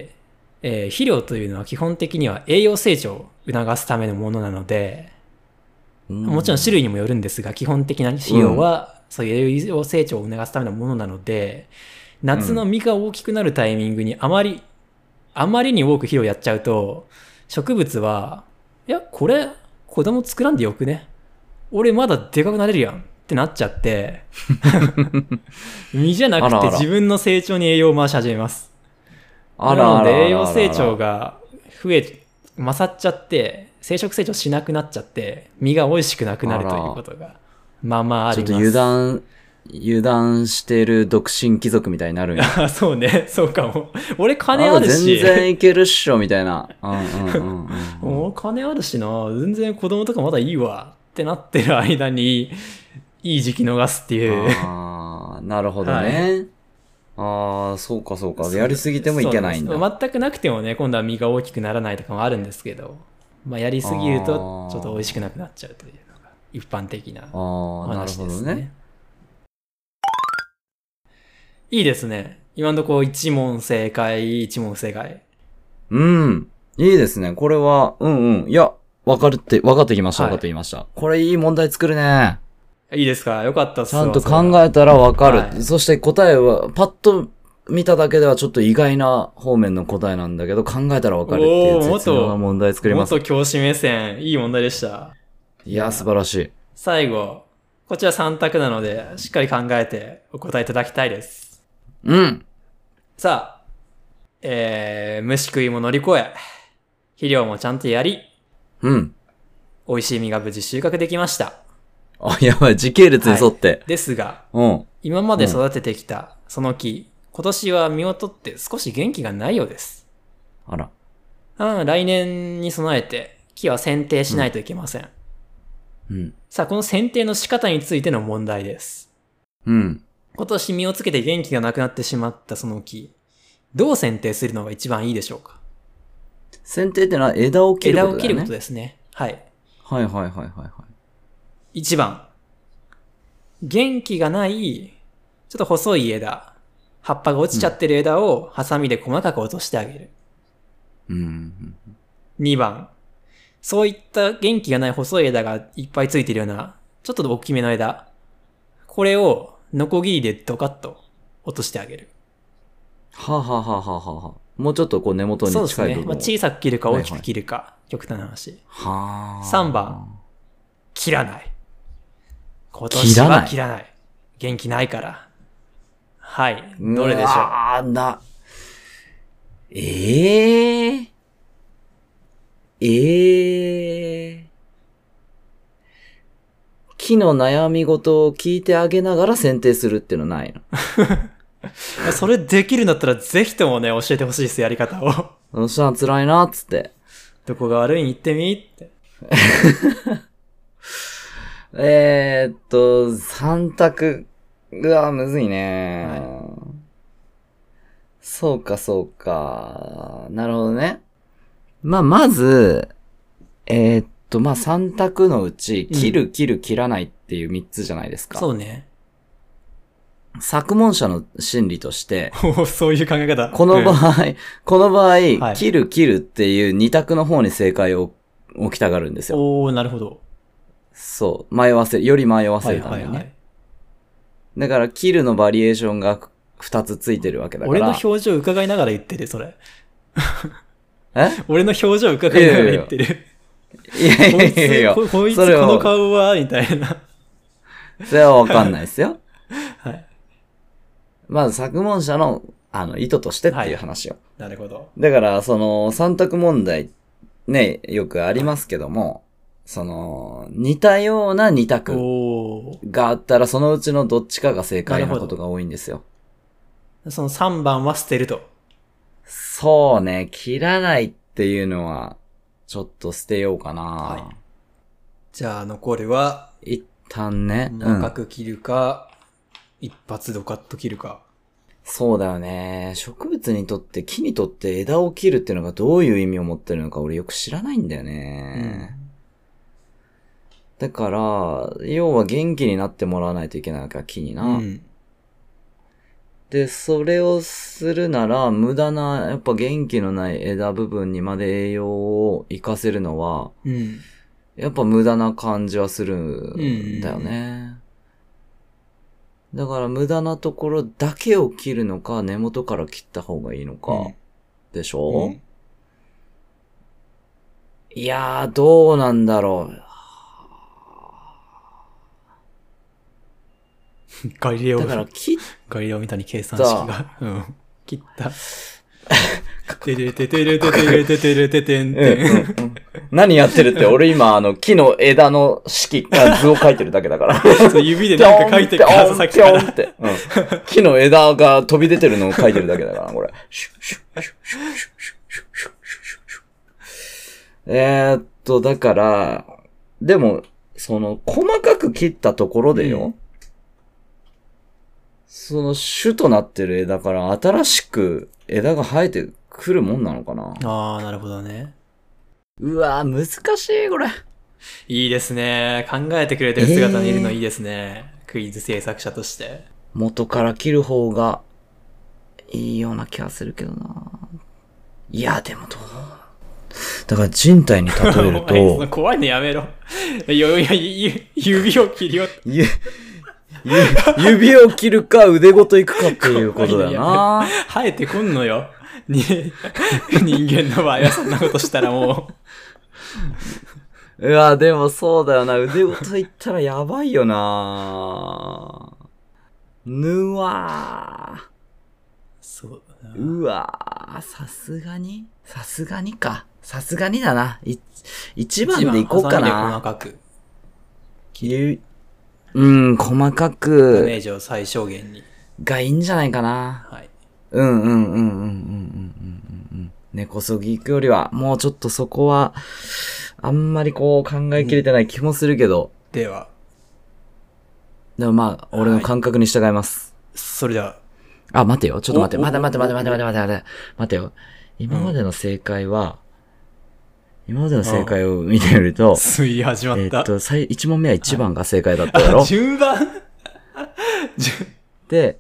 [SPEAKER 1] えー肥料というのは基本的には栄養成長を促すためのものなので、
[SPEAKER 2] うん
[SPEAKER 1] もちろん種類にもよるんですが、基本的な肥料は、そういう栄養成長を促すためのものなので、夏の実が大きくなるタイミングにあまり、あまりに多く肥料やっちゃうと、植物は、いや、これ、子供作らんでよくね。俺まだでかくなれるやんってなっちゃって、 実じゃな
[SPEAKER 2] あ
[SPEAKER 1] く
[SPEAKER 2] らあ
[SPEAKER 1] て
[SPEAKER 2] ら
[SPEAKER 1] 自分の成長に栄養を回し始めます。
[SPEAKER 2] あらあらあらあら
[SPEAKER 1] なので栄養成長。が増え勝っちゃって生殖成長しなくなっちゃって実が美味しくなくなるということがまあまああ
[SPEAKER 2] ち
[SPEAKER 1] り
[SPEAKER 2] ょっ
[SPEAKER 1] ます
[SPEAKER 2] と油断、油断してる独身貴族みたいになるんや。
[SPEAKER 1] あそうねそうかも俺金
[SPEAKER 2] ま
[SPEAKER 1] あ
[SPEAKER 2] だ
[SPEAKER 1] る
[SPEAKER 2] 全
[SPEAKER 1] し
[SPEAKER 2] 然いけるっしょ、みたいな。うんう んうんうんうん。
[SPEAKER 1] 俺金あるしな全然子供とかまだいいわってなってる間にいい時期逃すっていう
[SPEAKER 2] ああ、なるほどね。ああ、そうかそうか。やりすぎてもいけないんだ。
[SPEAKER 1] そうです全くなくてもね今度は実が大きくならないとかもあるんですけど、まあ、やりすぎると
[SPEAKER 2] あー
[SPEAKER 1] ちょっと美味しくなくなっちゃうというのが一般的な
[SPEAKER 2] ああ、なる
[SPEAKER 1] 話
[SPEAKER 2] ほ
[SPEAKER 1] で
[SPEAKER 2] ど
[SPEAKER 1] す
[SPEAKER 2] ね。。
[SPEAKER 1] いいですね。今のところ一問正解、一問不正解。
[SPEAKER 2] うん。いいですね。これは、うんうん。いや、わかるって、わかってきました。
[SPEAKER 1] は
[SPEAKER 2] わ
[SPEAKER 1] い
[SPEAKER 2] かってきました。これいい問題作るね。
[SPEAKER 1] いいですかよかったっす
[SPEAKER 2] ち
[SPEAKER 1] わ
[SPEAKER 2] ゃんと
[SPEAKER 1] それは
[SPEAKER 2] 考えたらわかる。
[SPEAKER 1] はい
[SPEAKER 2] そして答えは、パッと見ただけではちょっと意外な方面の答えなんだけど、考えたらわかるってい
[SPEAKER 1] おー
[SPEAKER 2] う
[SPEAKER 1] もっと
[SPEAKER 2] 絶妙な問題作ります。
[SPEAKER 1] 元教師目線、いい問題でした。
[SPEAKER 2] いや、素晴らしい。
[SPEAKER 1] 最後、こちら3択なので、しっかり考えてお答えいただきたいです。
[SPEAKER 2] うん。
[SPEAKER 1] さあ、えー、虫食いも乗り越え、肥料もちゃんとやり、
[SPEAKER 2] うん。
[SPEAKER 1] 美味しい実が無事収穫できました。
[SPEAKER 2] あ、やばい。時系列に沿って。
[SPEAKER 1] ですが、
[SPEAKER 2] うん。
[SPEAKER 1] 今まで育ててきたその木、今年は実を取って少し元気がないようです。
[SPEAKER 2] あら。
[SPEAKER 1] うん、来年に備えて木は剪定しないといけません。
[SPEAKER 2] うん。
[SPEAKER 1] さあ、この剪定の仕方についての問題です。
[SPEAKER 2] うん。
[SPEAKER 1] 今年実をつけて元気がなくなってしまったその木、どう剪定するのが一番いいでしょうか
[SPEAKER 2] 剪定ってのは枝を切る
[SPEAKER 1] 枝
[SPEAKER 2] こと
[SPEAKER 1] を
[SPEAKER 2] だよ
[SPEAKER 1] 切
[SPEAKER 2] ね。
[SPEAKER 1] ることですね。はい。
[SPEAKER 2] はいはいはいはいはい。
[SPEAKER 1] 1番。元気がない、ちょっと細い枝、葉っぱが落ちちゃってる枝をハサミで細かく落としてあげる。
[SPEAKER 2] うん。
[SPEAKER 1] 2番。そういった元気がない細い枝がいっぱいついてるような、ちょっと大きめの枝。これを、ノコギリでドカッと落としてあげる。
[SPEAKER 2] はあ、はあはあはあはあはあ、もうちょっとこう根元
[SPEAKER 1] そう
[SPEAKER 2] に
[SPEAKER 1] です
[SPEAKER 2] 近い
[SPEAKER 1] ね
[SPEAKER 2] 部。分を。
[SPEAKER 1] まあ、小さく切るか
[SPEAKER 2] はいは
[SPEAKER 1] 大
[SPEAKER 2] い
[SPEAKER 1] きく切るか、極端な話。
[SPEAKER 2] はあ。
[SPEAKER 1] 三番。切らない。今年
[SPEAKER 2] 切ら
[SPEAKER 1] は
[SPEAKER 2] ない
[SPEAKER 1] 切らない。元気ないから。はい。どれでしょう
[SPEAKER 2] ああ、な。ええええ木の悩み事を聞いてあげながら選定するっていうのないの
[SPEAKER 1] それできるんだったらぜひともね、教えてほしいです、やり方を。
[SPEAKER 2] そしたら辛いな、っつって。
[SPEAKER 1] どこが悪いに行ってみって。
[SPEAKER 2] えー、っと、三択がむずいね、
[SPEAKER 1] は
[SPEAKER 2] そうか、そうか。なるほどね。まあ、まず、えー、っと、まあ、三択のうち、
[SPEAKER 1] うん
[SPEAKER 2] 切る、切る、切らないっていう三つじゃないですか。
[SPEAKER 1] そうね。
[SPEAKER 2] 作文者の心理として、
[SPEAKER 1] お そういう考え方。
[SPEAKER 2] この場
[SPEAKER 1] うん
[SPEAKER 2] 合、 この場合、
[SPEAKER 1] はい
[SPEAKER 2] 切る、切るっていう二択の方に正解を置きたがるんですよ。
[SPEAKER 1] おー、なるほど。
[SPEAKER 2] そう。迷わせ、より迷わ
[SPEAKER 1] は
[SPEAKER 2] せ
[SPEAKER 1] い
[SPEAKER 2] るために
[SPEAKER 1] は
[SPEAKER 2] ね。
[SPEAKER 1] いはい。
[SPEAKER 2] だから、キルのバリエーションが2つついてるわけだか
[SPEAKER 1] 俺の
[SPEAKER 2] ら。
[SPEAKER 1] 表情伺いながら言ってる、それ。
[SPEAKER 2] え
[SPEAKER 1] 俺の表情伺いながら言ってる。
[SPEAKER 2] いやい
[SPEAKER 1] こ
[SPEAKER 2] や
[SPEAKER 1] い
[SPEAKER 2] いやい
[SPEAKER 1] つ、
[SPEAKER 2] や
[SPEAKER 1] こ、こいつ、こ
[SPEAKER 2] それを
[SPEAKER 1] の顔は、みたいな。
[SPEAKER 2] それはわかんないですよ。
[SPEAKER 1] はい。
[SPEAKER 2] まず、作文者の、あの、意図としてっていう話を。
[SPEAKER 1] なるほど。
[SPEAKER 2] だから、その、三択問題、ね、よくありますけども、その、似たような二択
[SPEAKER 1] お
[SPEAKER 2] があったら、そのうちのどっちかが正解
[SPEAKER 1] なる
[SPEAKER 2] な
[SPEAKER 1] ほど
[SPEAKER 2] ことが多いんですよ。
[SPEAKER 1] ー。その3番は捨てると。
[SPEAKER 2] そうね、切らないっていうのは、ちょっと捨てようかな。
[SPEAKER 1] はじゃあ残るは、
[SPEAKER 2] 一旦ね。うん
[SPEAKER 1] 長く切るか、一発ドカッと切るか。
[SPEAKER 2] そうだよね。植物にとって、木にとって枝を切るっていうのがどういう意味を持ってるのか俺よく知らないんだよね。だから、要は元気になってもらわないといけないわけは木にな。
[SPEAKER 1] うん。
[SPEAKER 2] で、それをするなら、無駄な、やっぱ元気のない枝部分にまで栄養を活かせるのは、
[SPEAKER 1] うん。
[SPEAKER 2] やっぱ無駄な感じはするんだよね。だから無駄なところだけを切るのか、根元から切った方がいいのか。でし
[SPEAKER 1] う
[SPEAKER 2] ょ、
[SPEAKER 1] ん。
[SPEAKER 2] いやー、どうなんだろ
[SPEAKER 1] ガリレ
[SPEAKER 2] う。
[SPEAKER 1] オ
[SPEAKER 2] だから、切っ
[SPEAKER 1] ガリレオみたいに計算式が。うん。切った。てれててれててれててれててんてん。
[SPEAKER 2] 何やってるって、俺今、あの、木の枝の式、あ図を書いてるだけだから。
[SPEAKER 1] そう指でなんか書いてるから、さっきか
[SPEAKER 2] ピョン
[SPEAKER 1] ら。
[SPEAKER 2] って。うん木の枝が飛び出てるのを書いてるだけだから、これ。えーっと、だから、でも、その、細かく切ったところでよ、
[SPEAKER 1] うん
[SPEAKER 2] その主となってる枝から新しく枝が生えてくるもんなのかな
[SPEAKER 1] ああ、なるほどね。
[SPEAKER 2] うわ難しい、これ。
[SPEAKER 1] いいですね。考えてくれてる姿にいるのいいですね。クイズ制作者として。
[SPEAKER 2] 元から切る方がいいような気がするけどな。いや、でもどうだから人体に例え
[SPEAKER 1] お
[SPEAKER 2] る
[SPEAKER 1] 前その
[SPEAKER 2] と、
[SPEAKER 1] 怖いのやめろ。いやいやいや指を切りよ。
[SPEAKER 2] ゆゆ指を切るか腕ごといくかっていうことだよな。
[SPEAKER 1] 生えてこんのよ。に人間の場合はそんなことしたらも
[SPEAKER 2] うわ、でもそうだよな。腕ごといったらやばいよな。ぬわ
[SPEAKER 1] う。
[SPEAKER 2] ー。
[SPEAKER 1] そうだな。
[SPEAKER 2] うわー、さすがにさすがにか。さすがにだな。い一番でいこうか
[SPEAKER 1] 一番
[SPEAKER 2] な。
[SPEAKER 1] ハサミで細かく。
[SPEAKER 2] ゆうん、細
[SPEAKER 1] ダ
[SPEAKER 2] か
[SPEAKER 1] メ
[SPEAKER 2] く
[SPEAKER 1] ージを最小限に。
[SPEAKER 2] がいいんじゃないかな。
[SPEAKER 1] はい。
[SPEAKER 2] うんうんうんうんうんうんうんうんうん。根こそぎ行くよりは、もうちょっとそこは、あんまりこう考えきれてない気もするけど、
[SPEAKER 1] では、
[SPEAKER 2] でもまあ、俺の感覚に従います。
[SPEAKER 1] それでは、
[SPEAKER 2] あ、待てよ。ちょっと待って。
[SPEAKER 1] おお
[SPEAKER 2] 待て待て待て待て待て待て待て。待てよ。今までの正解は、今までの正解を見てみると、
[SPEAKER 1] 推理始ま
[SPEAKER 2] え
[SPEAKER 1] った。
[SPEAKER 2] ーっと、最、1問目は1番が正解だっただろ
[SPEAKER 1] あ、順番順
[SPEAKER 2] で、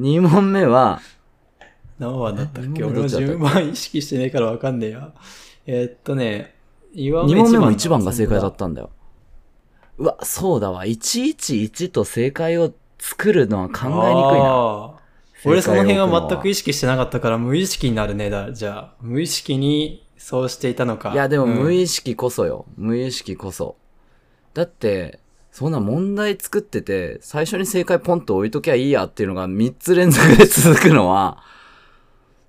[SPEAKER 2] 2問目は、
[SPEAKER 1] 何番だったっ
[SPEAKER 2] え
[SPEAKER 1] け
[SPEAKER 2] 二問目
[SPEAKER 1] 俺
[SPEAKER 2] ど
[SPEAKER 1] の
[SPEAKER 2] っちだったっけ
[SPEAKER 1] 順番意識してねえからわかんねえや。えーっとね、2
[SPEAKER 2] 2問目も1番が正解だっ。たんだよ。うわ、そうだわ。111と正解を作るのは考えにくいな。
[SPEAKER 1] あー俺その辺は全く
[SPEAKER 2] い
[SPEAKER 1] 意識してなかったから無意識になるねだ。じゃあ、無意識にそうしていたのか。
[SPEAKER 2] いや、でも無
[SPEAKER 1] 意
[SPEAKER 2] 意識こそよ。無意識こそ。だって、そんな問題作ってて、最初に正解ポンと置いときゃいいやっていうのが3つ連続で続くのは、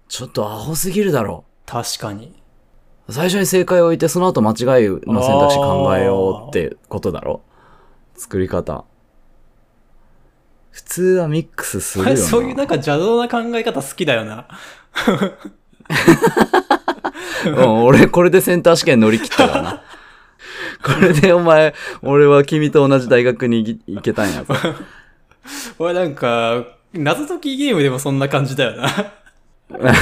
[SPEAKER 2] ちょっとアホすぎるだろ。
[SPEAKER 1] 確かに。
[SPEAKER 2] 最初に正解を置いて、その後間違いの選択肢考えようってことだろ。作り方。普通はミックスするよな。
[SPEAKER 1] そういうなんか邪道な考え方好きだよな。
[SPEAKER 2] うん、俺これでセンター試験乗り切ったから な。これでお前、俺は君と同じ大学に行き行けたんやぞ。
[SPEAKER 1] 俺なんか、謎解きゲームでもそんな感じだよな。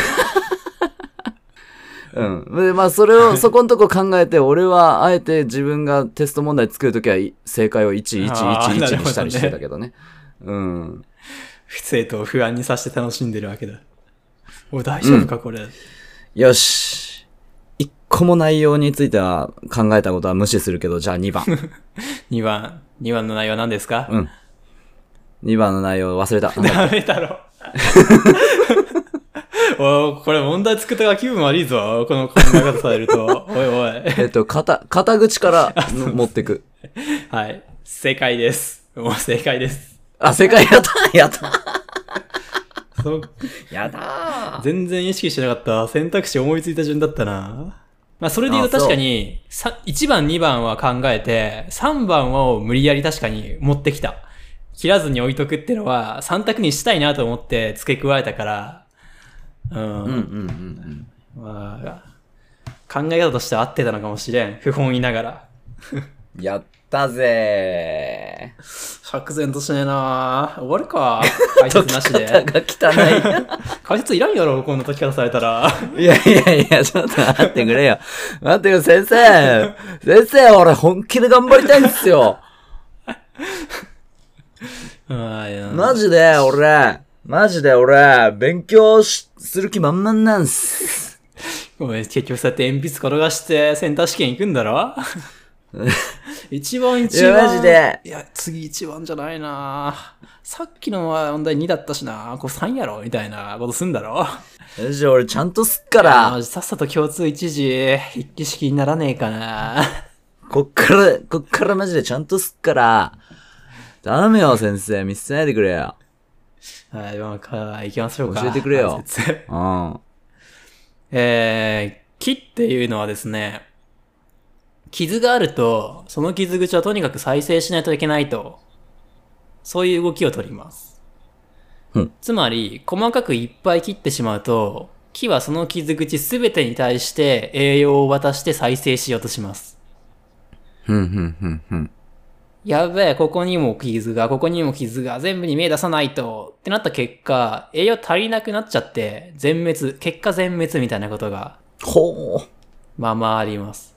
[SPEAKER 2] うん。で、まあ、それを、そこのとこ考えて、俺は、あえて自分がテスト問題作るときは、い正解を
[SPEAKER 1] あーなる
[SPEAKER 2] 1111
[SPEAKER 1] ほどね
[SPEAKER 2] にしたりしてたけどね。うん。
[SPEAKER 1] 生徒を不安にさせて楽しんでるわけだ。おい大丈夫か、これ。
[SPEAKER 2] よし。一個も内容については考えたことは無視するけど、じゃあ2番。
[SPEAKER 1] 2番。2番の内容は何ですか、
[SPEAKER 2] うん。2番の内容忘れ た。
[SPEAKER 1] ダメだ ろ。おいこれ問題作ったが気分悪いぞ。この考え方されると。おいおい。
[SPEAKER 2] えっと、肩、肩口から持ってく。
[SPEAKER 1] はい。正解です。もう正解です。
[SPEAKER 2] あ、正解や ったやった
[SPEAKER 1] そう
[SPEAKER 2] やったー
[SPEAKER 1] 全然意識してなかった。選択肢思いついた順だったな。まあ、それで言うと
[SPEAKER 2] あそう
[SPEAKER 1] 確かに、さ1番、2番は考えて、3番を無理やり確かに持ってきた。切らずに置いとくってのは、3択にしたいなと思って付け加えたから、うん。
[SPEAKER 2] うんうんうんうん。
[SPEAKER 1] まあ、考え方としては合ってたのかもしれん。不本意ながら。
[SPEAKER 2] やったぜ
[SPEAKER 1] 釈然としねえな終わるか。 解
[SPEAKER 2] ー。
[SPEAKER 1] 説なし
[SPEAKER 2] 肩
[SPEAKER 1] で。
[SPEAKER 2] が汚
[SPEAKER 1] 解説いらんやろ、こんな解き方されたら。
[SPEAKER 2] い。いやいやいや、ちょっと待ってくれよ。待ってくれ、先生。先生、俺本気で頑張りたいんですよ。
[SPEAKER 1] あいや
[SPEAKER 2] マジで、俺。マジで俺、勉強し、する気満々なんす。
[SPEAKER 1] お前結局そうやって鉛筆転がしてセンター試験行くんだ ろ一番一番。
[SPEAKER 2] いやマジで
[SPEAKER 1] いや、次一番じゃないなさっきのは問題2だったしなこれ3やろみたいなことすんだろ
[SPEAKER 2] マジで俺ちゃんとすっから
[SPEAKER 1] マ。ジさっさと共通一時、筆記式にならねえかな
[SPEAKER 2] こっから、こっからマジでちゃんとすっから。頼むよ、先生。見せないでくれよ。
[SPEAKER 1] はい、まあか、行きましょうか。
[SPEAKER 2] 教えてくれよ
[SPEAKER 1] 解説
[SPEAKER 2] うん。
[SPEAKER 1] えー、木っていうのはですね、傷があると、その傷口はとにかく再生しないといけないと、そういう動きを取ります。
[SPEAKER 2] うん
[SPEAKER 1] つまり、細かくいっぱい切ってしまうと、木はその傷口すべてに対して栄養を渡して再生しようとします。
[SPEAKER 2] ふんふんふんふん。
[SPEAKER 1] やべえ、ここにも傷が、ここにも傷が、全部に目出さないと、ってなった結果、栄養足りなくなっちゃって、全滅、結果全滅みたいなことが
[SPEAKER 2] ほう。
[SPEAKER 1] まあまああります。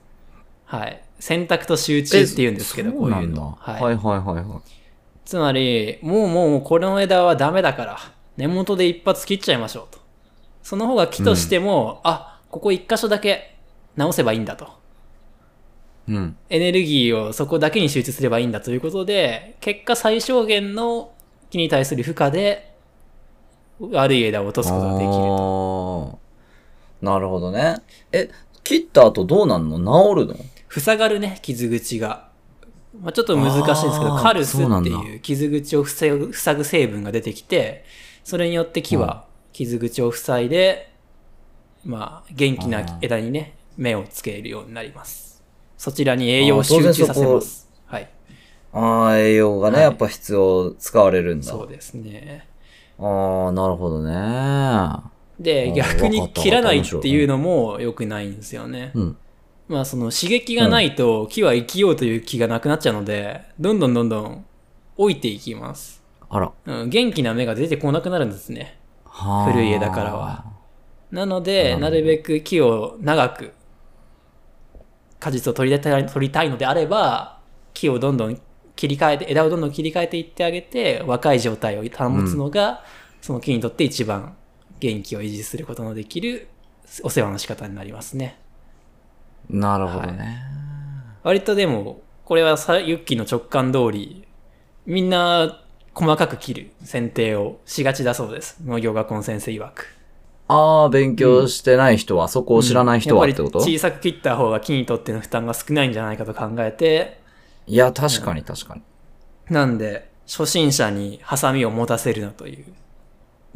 [SPEAKER 1] はい。選択と集中って言うんですけど、こういうの。
[SPEAKER 2] はい、
[SPEAKER 1] は。
[SPEAKER 2] はいいはいはいはい
[SPEAKER 1] つまり、もうもうこの枝はダメだから、根元で一発切っちゃいましょうと。その方が木としても、あ、ここ一箇所だけ直せばいいんだと。
[SPEAKER 2] うん。
[SPEAKER 1] エネルギーをそこだけに集中すればいいんだということで、結果最小限の木に対する負荷で、悪い枝を落とすことができると。
[SPEAKER 2] あーなるほどね。え、切った後どうなんの治るの
[SPEAKER 1] 塞がるね、傷口が。まあ、ちょっと難しいんですけど、
[SPEAKER 2] あー
[SPEAKER 1] カルス
[SPEAKER 2] そうな
[SPEAKER 1] っ
[SPEAKER 2] ん
[SPEAKER 1] て
[SPEAKER 2] だ
[SPEAKER 1] いう傷口を塞ぐ塞ぐ成分が出てきて、それによって木は傷口を塞いで、まあ、元気な枝にね、目をつけるようになります。そちらに栄養を
[SPEAKER 2] あー当
[SPEAKER 1] 集
[SPEAKER 2] 然
[SPEAKER 1] 中させます。はい。
[SPEAKER 2] ああ、栄養がね、
[SPEAKER 1] はい
[SPEAKER 2] やっぱ必要、使われるんだ。あ
[SPEAKER 1] そうですね。
[SPEAKER 2] あ、なるほどね。
[SPEAKER 1] で、
[SPEAKER 2] あー
[SPEAKER 1] 逆
[SPEAKER 2] わ
[SPEAKER 1] に
[SPEAKER 2] かった
[SPEAKER 1] 切らないっていうのも良くないんですよね。
[SPEAKER 2] うん。
[SPEAKER 1] まあその刺激がないと木は生きようという気がなくなっちゃうので、どんどんどんどん老いていきます。
[SPEAKER 2] あら。
[SPEAKER 1] うん、元気な芽が出てこなくなるんですね。
[SPEAKER 2] はー
[SPEAKER 1] 古い枝からは。なので、なるべく木を長く、果実を取りたい取りたいのであれば、木をどんどん切り替えて、枝をどんどん切り替えていってあげて、若い状態を保つのが、その木にとって一番元気を維持することのできるお世話の仕方になりますね。
[SPEAKER 2] なるほどね。
[SPEAKER 1] 割とでも、これはさユッキーの直感通り、みんな細かく切る剪定をしがちだそうです。農業学校の先生曰く。
[SPEAKER 2] ああ、勉強してない人は、そこを知らない人はってこと、
[SPEAKER 1] やっぱ
[SPEAKER 2] い
[SPEAKER 1] り小さく切った方が木にとっての負担が少ないんじゃないかと考えて、
[SPEAKER 2] や、確かに確かに。
[SPEAKER 1] なんで、初心者にハサミを持たせるなという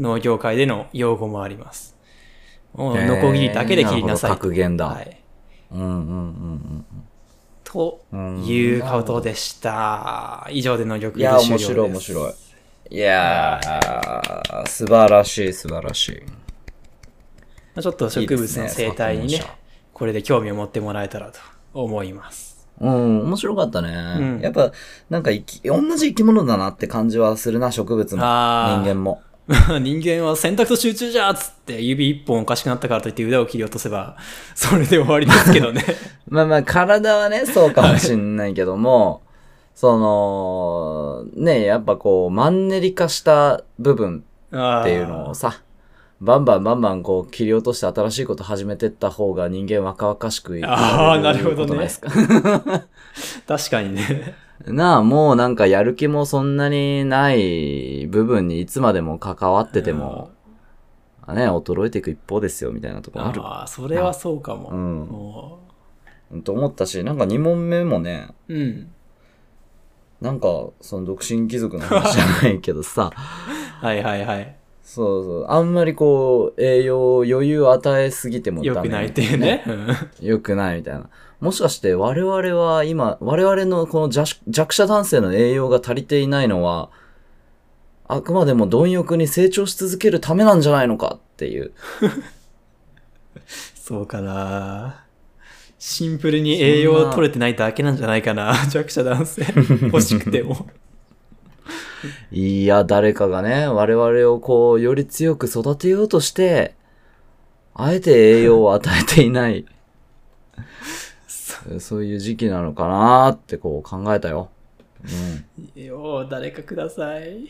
[SPEAKER 1] 農業界での用語もあります。もう
[SPEAKER 2] えー
[SPEAKER 1] ノコギリだけで切りなさい
[SPEAKER 2] る
[SPEAKER 1] と。
[SPEAKER 2] ほど格言だ。
[SPEAKER 1] はい。
[SPEAKER 2] うんうんうん
[SPEAKER 1] と
[SPEAKER 2] うんうん。
[SPEAKER 1] いうことでした。以上で農業ク
[SPEAKER 2] い
[SPEAKER 1] イズ
[SPEAKER 2] や、
[SPEAKER 1] 終了
[SPEAKER 2] 面
[SPEAKER 1] です。
[SPEAKER 2] 白い面白い。いやー、素晴らしい素晴らしい。
[SPEAKER 1] まあちょっと植物の生態に
[SPEAKER 2] いい
[SPEAKER 1] ね
[SPEAKER 2] ですね
[SPEAKER 1] これで興味を持ってもらえたらと思います。
[SPEAKER 2] うん、面白かったね。
[SPEAKER 1] ん
[SPEAKER 2] やっぱ、なんか生き、同じ生き物だなって感じはするな、植物も。人
[SPEAKER 1] あー
[SPEAKER 2] 間も。
[SPEAKER 1] 人間は選択と集中じゃっつって指一本おかしくなったからといって腕を切り落とせば、それで終わりですけど ね。
[SPEAKER 2] まあまあ、体はね、そうかもしんないけど も、その、ね、やっぱこう、マンネリ化した部分
[SPEAKER 1] っ
[SPEAKER 2] っていうのをさ、バンバンバンバンこう切り落として新しいこと始めてった方が人間若々しくい
[SPEAKER 1] あーなるほどね
[SPEAKER 2] ことないですか
[SPEAKER 1] 確かにね。
[SPEAKER 2] なあ、もうなんかやる気もそんなにない部分にいつまでも関わってても、ね、衰えていく一方ですよみたいなとこある。
[SPEAKER 1] ああ、それはそうかも。
[SPEAKER 2] うん
[SPEAKER 1] も
[SPEAKER 2] と思ったし、なんか2問目もね、
[SPEAKER 1] ううん。
[SPEAKER 2] なんかその独身貴族の話じゃないけど さ、
[SPEAKER 1] はいはいはい。
[SPEAKER 2] そうそう、あんまりこう栄養を余裕を与えすぎても
[SPEAKER 1] よ
[SPEAKER 2] ダメ
[SPEAKER 1] くないっていうね。うん
[SPEAKER 2] 良くないみたいな。もしかして我々は今、我々のこの弱弱者男性の栄養が足りていないのは、あくまでも貪欲に成長し続けるためなんじゃないのかっていう。
[SPEAKER 1] そうかな。シンプルに栄養取れてないだけなんじゃないかな。弱者男性。欲しくて も。
[SPEAKER 2] いや、誰かがね、我々をこう、より強く育てようとして、あえて栄養を与えていない、そういう時期なのかなってこう考えたよ。うん。
[SPEAKER 1] よう、誰かください。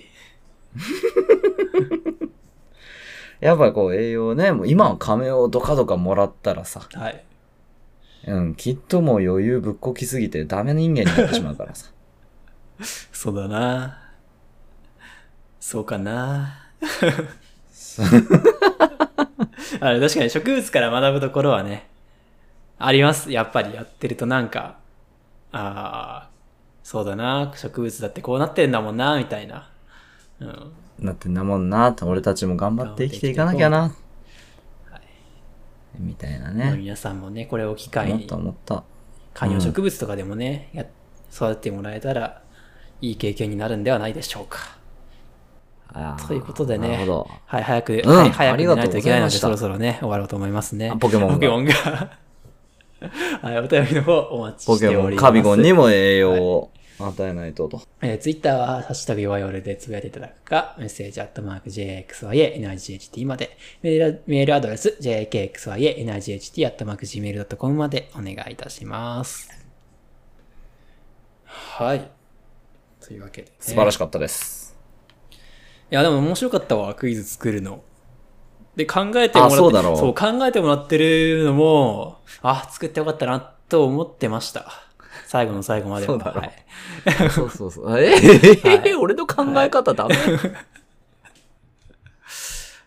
[SPEAKER 2] やっぱこう栄養をね、もう今は亀をドカドカもらったらさ、
[SPEAKER 1] はい。
[SPEAKER 2] うん、きっともう余裕ぶっこきすぎてダメ人間になってしまうからさ。
[SPEAKER 1] そうだな。そうか な。あれ、確かに植物から学ぶところはね、あります。やっぱりやってるとなんか、ああ、そうだな。植物だってこうなってんだもんな、みたいな。うん。
[SPEAKER 2] なってんなもんな、俺たちも頑張って生きていかなきゃな。みたいな
[SPEAKER 1] まあ
[SPEAKER 2] ね。
[SPEAKER 1] 皆さんもね、これを機会
[SPEAKER 2] 思っ
[SPEAKER 1] に
[SPEAKER 2] た、思った。
[SPEAKER 1] 観葉植物とかでもね、や育ててもらえたら、いい経験になるんではないでしょうか。
[SPEAKER 2] あー
[SPEAKER 1] ということでね
[SPEAKER 2] なるほど。
[SPEAKER 1] はい、早く、
[SPEAKER 2] うん
[SPEAKER 1] はい早
[SPEAKER 2] あ
[SPEAKER 1] く
[SPEAKER 2] り
[SPEAKER 1] 寝
[SPEAKER 2] が
[SPEAKER 1] な
[SPEAKER 2] とう
[SPEAKER 1] い
[SPEAKER 2] ご
[SPEAKER 1] と
[SPEAKER 2] ざいま
[SPEAKER 1] い
[SPEAKER 2] した
[SPEAKER 1] けないので、そろそろね、終わろうと思いますね
[SPEAKER 2] あ。ポケモン が
[SPEAKER 1] ポケモンが。はい、お便りの方お待ち
[SPEAKER 2] ポ
[SPEAKER 1] して
[SPEAKER 2] ケ
[SPEAKER 1] おります。
[SPEAKER 2] モン、カビゴンにも栄養を与えないとと。
[SPEAKER 1] えー、ツイッターは、ハッシュタグ弱い俺でつぶやいていただくか、メッセージアットマーク JXYANIGHT まで、メールメールアドレス JKXYANIGHT アットマーク Gmail.com までお願いいたします。はい。というわけで、
[SPEAKER 2] 素晴ら
[SPEAKER 1] しい。
[SPEAKER 2] しかったです。
[SPEAKER 1] いや、でも面白かったわ、クイズ作るの。で、考えてもらって、
[SPEAKER 2] あそうだろう
[SPEAKER 1] そう、考えてもらってるのも、あ、作ってよかったな、と思ってました。最後の最後までは
[SPEAKER 2] そうだろう
[SPEAKER 1] はい
[SPEAKER 2] そうそ うそう。えー
[SPEAKER 1] はい
[SPEAKER 2] 俺の考え方ダメ、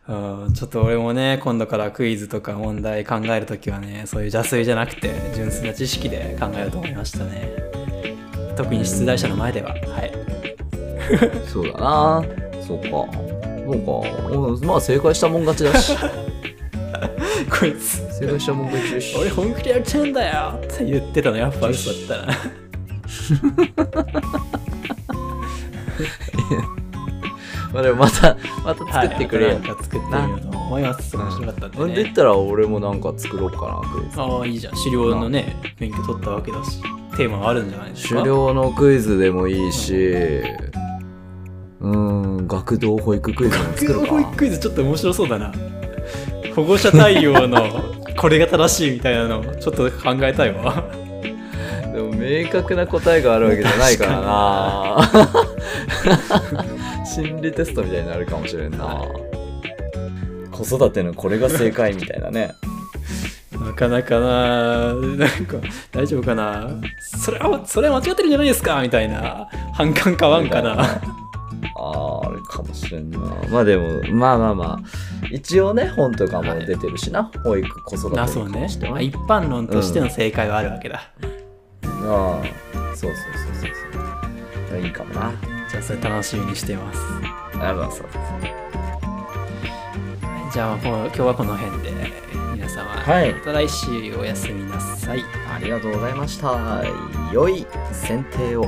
[SPEAKER 1] うんちょっと俺もね、今度からクイズとか問題考えるときはね、そういう邪推じゃなくて、純粋な知識で考えようと思いましたね。特に出題者の前では。はい。
[SPEAKER 2] そうだな。そうか。そうか。まあ正解したもん勝ち だし。
[SPEAKER 1] こいつ、
[SPEAKER 2] 正解したもん勝ちだし。
[SPEAKER 1] 俺本気でやっちゃうんだよって言ってたの、やっぱ嘘だったな。
[SPEAKER 2] まあでもまた、また作ってくれよ。
[SPEAKER 1] はいまた作ってみようと思います。面白かったん
[SPEAKER 2] なん
[SPEAKER 1] で
[SPEAKER 2] で
[SPEAKER 1] ね
[SPEAKER 2] 言っ。たら俺もなんか作ろうかな、クイズ。
[SPEAKER 1] ああ、いいじゃん。狩猟のね、勉強取ったわけだし、テーマがあるんじゃないですか。
[SPEAKER 2] 狩猟のクイズでもいいし、うーん、学童保育クイズでも作
[SPEAKER 1] ク
[SPEAKER 2] るか。
[SPEAKER 1] クイズちょっと面白そうだな保護者対応のこれが正しいみたいなのちょっと考えたいわ
[SPEAKER 2] でも明確な答えがあるわけじゃないからな。心理テストみたいになるかもしれんな。子育てのこれが正解みたいなね。
[SPEAKER 1] なかなかななんか大丈夫かなそれはそれは間違ってるんじゃないですかみたいな反感買わんかな
[SPEAKER 2] あーあれかもしれんな。まあでも、まあまあまあ、一応ね、本とかも出てるしな、保育、子育て
[SPEAKER 1] あ
[SPEAKER 2] に
[SPEAKER 1] そうね
[SPEAKER 2] 関しては
[SPEAKER 1] まあ一般論としての正解はあるわけだ、
[SPEAKER 2] ああそうそうそうそうそうがいいかもな。あり
[SPEAKER 1] じゃあそれ楽しみにしています。
[SPEAKER 2] がとうございます。
[SPEAKER 1] はいじゃあもう今日はこの辺で皆様、
[SPEAKER 2] はい
[SPEAKER 1] また来週おやすみなさい。
[SPEAKER 2] ありがとうございました。良い選定を。